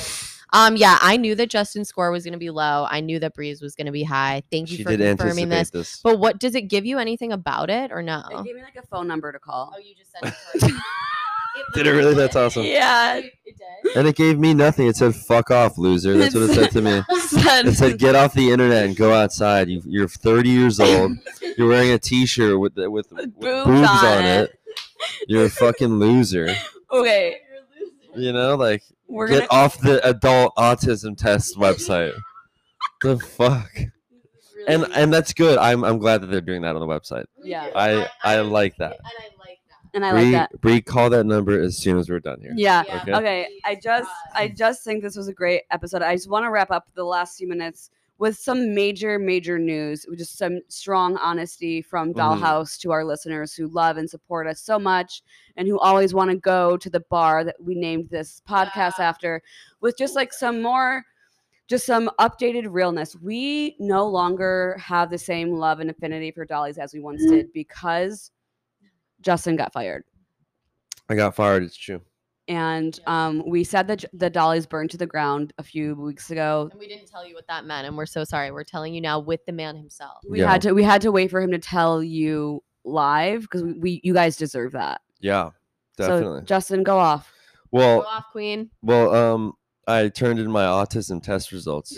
B: Um. Yeah, I knew that Justin's score was going to be low. I knew that Breeze was going to be high. Thank you
A: She
B: for
A: did
B: confirming
A: anticipate
B: this.
A: this.
B: But what does it give you anything about it or no?
C: It gave me like a phone number to call.
E: Oh, you just said it. first. It
A: Did it
E: literally
A: really? That's
E: did.
A: awesome.
C: Yeah.
E: It it did.
A: And it gave me nothing. It said "fuck off, loser." That's what it said to me. It said, "Get off the internet and go outside." You, you're 30 years old. You're wearing a T-shirt with with, with boobs, on it. You're a fucking loser.
C: Okay,
E: You're a loser.
A: You know, like
C: we're
A: get
C: gonna.
A: off the adult autism test website. the fuck.
E: This is really
A: And
E: deep.
A: and that's good. I'm I'm glad that they're doing that on the website.
E: Me
C: Yeah.
E: too.
A: I- I like that.
E: And I like that.
C: And I like
A: Bree-
C: that.
A: Bree, call that number as soon as we're done here.
C: Yeah.
E: Yeah,
A: Okay.
C: Okay, I
E: please,
C: just
E: God.
C: I just think this was a great episode. I just want to wrap up the last few minutes with some major major news, with just some strong honesty from
A: Mhm.
C: Dollhouse to our listeners who love and support us so much and who always want to go to the bar that we named this podcast after with just like some more just some updated realness. We no longer have the same love and affinity for Dolly's as we once
E: Mm-hmm.
C: did because Justin got fired
A: I got fired. It's true.
C: and
E: Yeah.
C: um, we said that j- the dollies burned to the ground a few weeks ago.
B: and we didn't tell you what that meant, and we're so sorry. We're telling you now with the man himself.
C: We
A: Yeah.
C: had to we had to wait for him to tell you live because we, we you guys deserve that.
A: Yeah, definitely.
C: So Justin, go off.
B: Go
A: well,
B: off, Queen.
A: well, um, I turned in my autism test results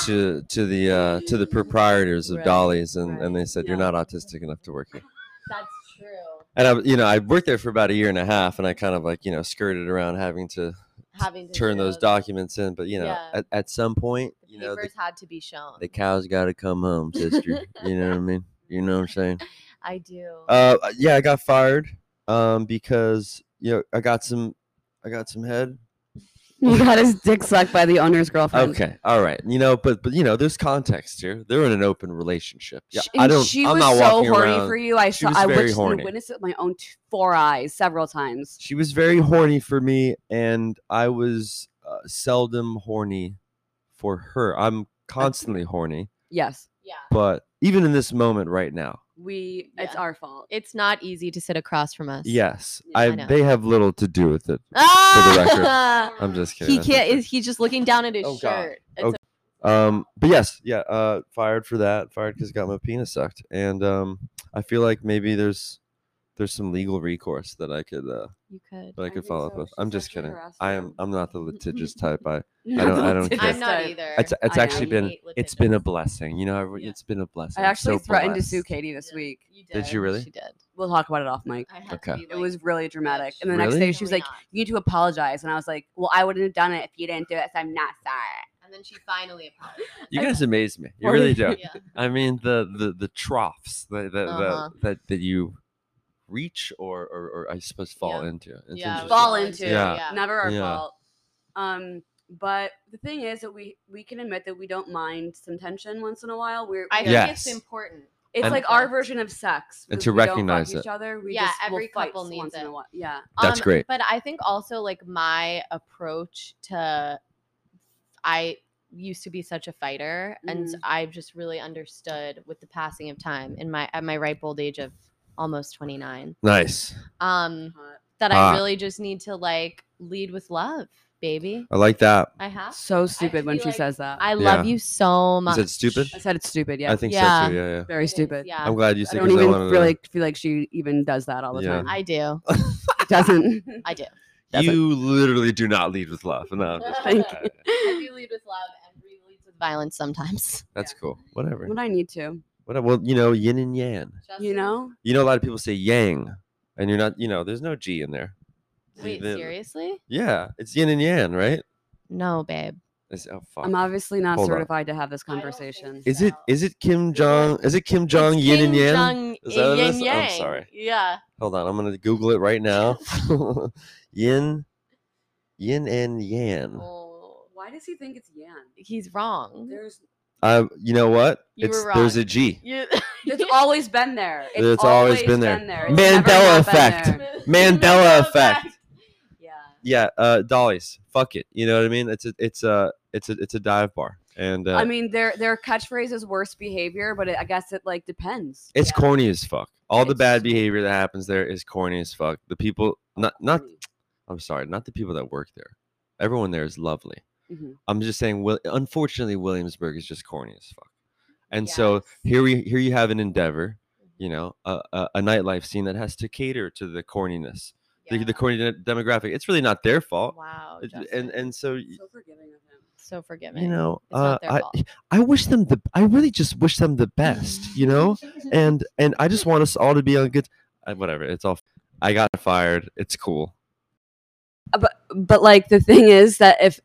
A: to to the uh, to the proprietors of
B: Right,
A: Dolly's, and,
C: right,
A: and they said you're
C: yeah.
A: not autistic enough to work here.
E: That's true.
A: And I, you know, I worked there for about a year and a half, and I kind of like you know skirted around having to
E: Having to
A: turn
E: do
A: those documents in, but you know,
E: Yeah.
A: at, at some point, you know, the,
B: Papers had to be shown.
A: the cows got to come home, sister. you know what I mean? You know what I'm saying?
B: I do.
A: Uh, uh, yeah, I got fired um, because you know I got some, I got some head.
C: He got his dick sucked by the owner's girlfriend.
A: Okay, all right. You know, but but you know, there's context here. They're in an open relationship. Yeah,
C: Sh-
A: I
C: and
A: don't.
C: She
A: I'm
C: was
A: not
C: so
A: walking
C: horny
A: around.
C: for you. I
A: She
C: saw.
A: was
C: I
A: very
C: witnessed,
A: horny.
C: witnessed it with my own t- four eyes several times.
A: She was very horny for me, and I was uh, seldom horny for her. I'm constantly horny,
C: Yes.
A: but even in this moment right now,
C: We it's
B: Yeah.
C: our fault.
D: It's not easy to sit across from us.
A: yes,
C: Yeah,
A: I,
D: I know.
A: they have little to do with it.
D: Ah!
A: I'm just kidding.
D: He
A: that's not
D: can't.
A: true.
D: Is he just looking down at his
A: Oh, God.
D: shirt?
A: Oh, Um, but yes, yeah, uh, fired for that. Fired because got my penis sucked, and um, I feel like maybe there's there's some legal recourse that I could uh,
D: You could.
A: that I
C: I
A: could
C: think
A: follow up
C: so.
A: with.
C: She's
A: I'm just
C: sexually
A: kidding.
C: harassed
A: I
C: him.
A: am. I'm not the litigious type. I.
C: I
A: don't- I don't care.
D: I'm not either.
A: It's, it's
C: I
A: actually
C: know.
A: been.
D: hate
A: It's been a
D: litigious.
A: blessing. You know. everyone-
B: Yeah.
A: It's been a blessing.
C: I
A: I'm
C: actually
A: so
C: threatened to
A: blessed.
C: sue Katie this
B: Yeah.
C: week.
A: Did you really?
D: She did.
C: We'll talk about it off mic.
B: I had
A: Okay.
B: To be
A: It
C: It
B: like,
C: was really dramatic. And the
A: Really?
C: next day she was like,
B: Definitely
C: You need to apologize. And I was like, Well, I wouldn't have done it if you didn't do it, so I'm not sorry.
B: not. and then she finally apologized.
A: You
C: I-
A: guys amaze me. You
C: Or-
A: really do.
B: yeah.
A: I mean the the the troughs that that
D: Uh-huh.
A: that, that you reach or, or or I suppose fall into. It's
B: Yeah,
A: interesting.
C: Fall
B: Interesting.
C: into.
A: Yeah.
C: Never our
A: Yeah.
C: fault. Um but the thing is that we we can admit that we don't mind some tension once in a while. We're
B: I
C: we
B: think
A: Yeah.
C: are-
A: Yes.
B: it's important.
C: it's
A: And-
C: like our version of sex.
A: And
C: because
A: to
C: we don't fuck
A: recognize
C: each
A: it.
C: other, we
B: Yeah,
C: just we'll
B: every
C: fight
B: couple needs
C: once in
B: it.
C: a while. Yeah.
A: That's great.
B: Um, But I think also like my approach to I used to be such a fighter and
C: Mhm.
B: I've just really understood with the passing of time in my at my ripe old age of almost 29.
A: Nice.
B: Um
C: Hot.
B: that
A: Ah.
B: I really just need to like lead with love, baby.
A: I like that.
B: I have
C: So stupid when
B: feel
C: she
B: like
C: says that.
B: I love
A: Yeah.
B: you so
A: Is
B: much.
A: it stupid?
C: I said it's stupid, yeah.
A: I think so
B: Yeah.
A: too. Yeah, yeah.
C: Very
B: It is,
C: stupid.
B: Yeah.
A: I'm glad you
C: I
A: said
C: don't
A: because I,
C: even
A: wanted
C: really feel like she even does that all the
A: Yeah.
C: time.
B: I do.
C: She doesn't.
B: I do.
A: to.
C: That's it.
A: You literally do not lead with love. No, I'm just kidding.
C: Thank
A: Uh,
B: I do lead with love and really leads with violence sometimes.
A: That's
C: Yeah.
A: cool. Whatever.
C: When I need to,
A: Whatever. Well, you know, yin and yang.
C: you know.
A: You know, a lot of people say yang, and you're not. You know, there's no G in there. See,
B: Wait,
A: the-
B: seriously?
A: Yeah, it's yin and yang, right?
B: No, babe.
A: It's- oh, fuck.
C: I'm obviously not
A: Hold on.
C: certified to have this
B: I don't think
C: conversation.
A: Is it?
B: so.
A: Is it Kim Jong? Is it Kim Jong Yin and Yang? Is that what it is? I'm
B: yang.
A: sorry.
B: Yeah.
A: Hold on, I'm gonna Google it right now. yin, yin and Yan.
B: Oh,
C: Why does he think it's Yan?
B: he's wrong.
C: There's
A: Uh, you know what?
B: You
A: it's
B: were
A: there's
B: wrong.
A: a G.
B: You-
C: it's always been there. It's,
A: It's always been there.
C: It's never
A: Mandela
C: not been
A: effect.
C: there.
A: Mandela effect.
B: Yeah.
A: Yeah, uh, Dolly's. Fuck it. You know what I mean? It's a it's a it's a it's a dive bar, and uh,
C: I mean, their their catchphrase is worst behavior, but it, I guess it like depends.
A: it's
B: yeah.
A: corny as fuck. All the
B: It's-
A: bad behavior that happens there is corny as fuck. The people, not not. I'm sorry, not the people that work there. Everyone there is lovely.
C: Mhm.
A: I'm just saying. Will, unfortunately, Williamsburg is just corny as fuck. And so here we here you have an endeavor, you know, a, a, a nightlife scene that has to cater to the corniness, the, the corny de- demographic. It's really not their fault.
B: Wow.
A: It-
B: Justin.
A: and and so y-
C: So forgiving of him.
B: so forgiving.
A: you know,
B: It's
A: uh,
B: not their
A: I
B: fault.
A: I wish them the I really just wish them the best, you know, and and I just want us all to be on good. uh, Whatever, it's all. I got fired. It's cool.
C: But like the thing is that if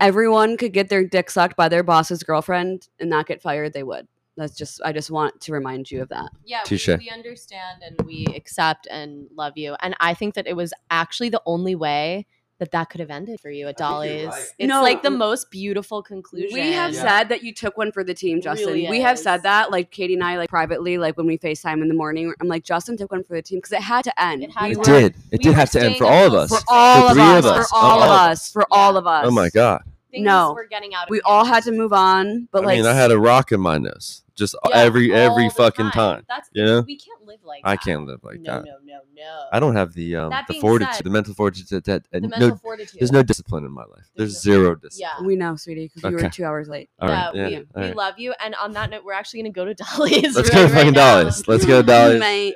C: everyone could get their dick sucked by their boss's girlfriend and not get fired, they would. That's just I just want to remind you of that.
B: yeah,
A: Touche.
B: we, we understand and we accept and love you. And I think that it was actually the only way that that could have ended for you
A: I
B: at
A: think you're
B: Dolly's.
A: right.
B: It's
C: No,
B: like the
C: w-
B: most beautiful conclusion.
C: We have
A: Yeah.
C: said that you took one for the team, Justin.
B: Really
C: we have
B: is.
C: said that, like Katie and I, like privately, like when we FaceTime in the morning. I'm like, Justin took one for the team because it had to end.
B: It had
C: We
B: to
A: It
C: were-
B: were-
A: did. It
B: we
A: did
B: were
A: have to end
B: staying
A: for
B: up
A: all of
B: till
A: us.
C: for
B: six.
C: all
A: The
C: of
A: three of
C: us,
A: us.
C: for all
A: Oh.
C: of us, for all of us.
A: Oh my god!
B: Things
C: No.
B: were getting out of
C: We
B: hand.
C: all had to move on, but
A: I
C: like,
A: mean, I had a rock in my nose just
B: Yeah,
A: Oh, every every
B: all the
A: fucking time.
B: That's
A: You know,
B: we can't live like
A: I
B: that.
A: can't live like
B: no,
A: that.
B: No, no, no.
A: I don't have the um
B: That
A: the
B: being
A: fortitude,
B: said-
A: the mental fortitude that
B: The
A: and
B: mental
A: no,
B: fortitude.
A: there's no discipline in my life. There's
B: There's no-
A: zero discipline.
B: yeah.
C: we know, sweetie, because you
A: Okay.
C: were two hours late.
A: All right.
B: yeah,
A: Yeah.
B: we,
A: all
B: we
A: right.
B: love you. And on that note, we're actually going to go to Dolly's.
A: Let's go to
B: really
A: fucking
B: right now.
A: Dolly's. Let's go to Dolly's.
C: Mate.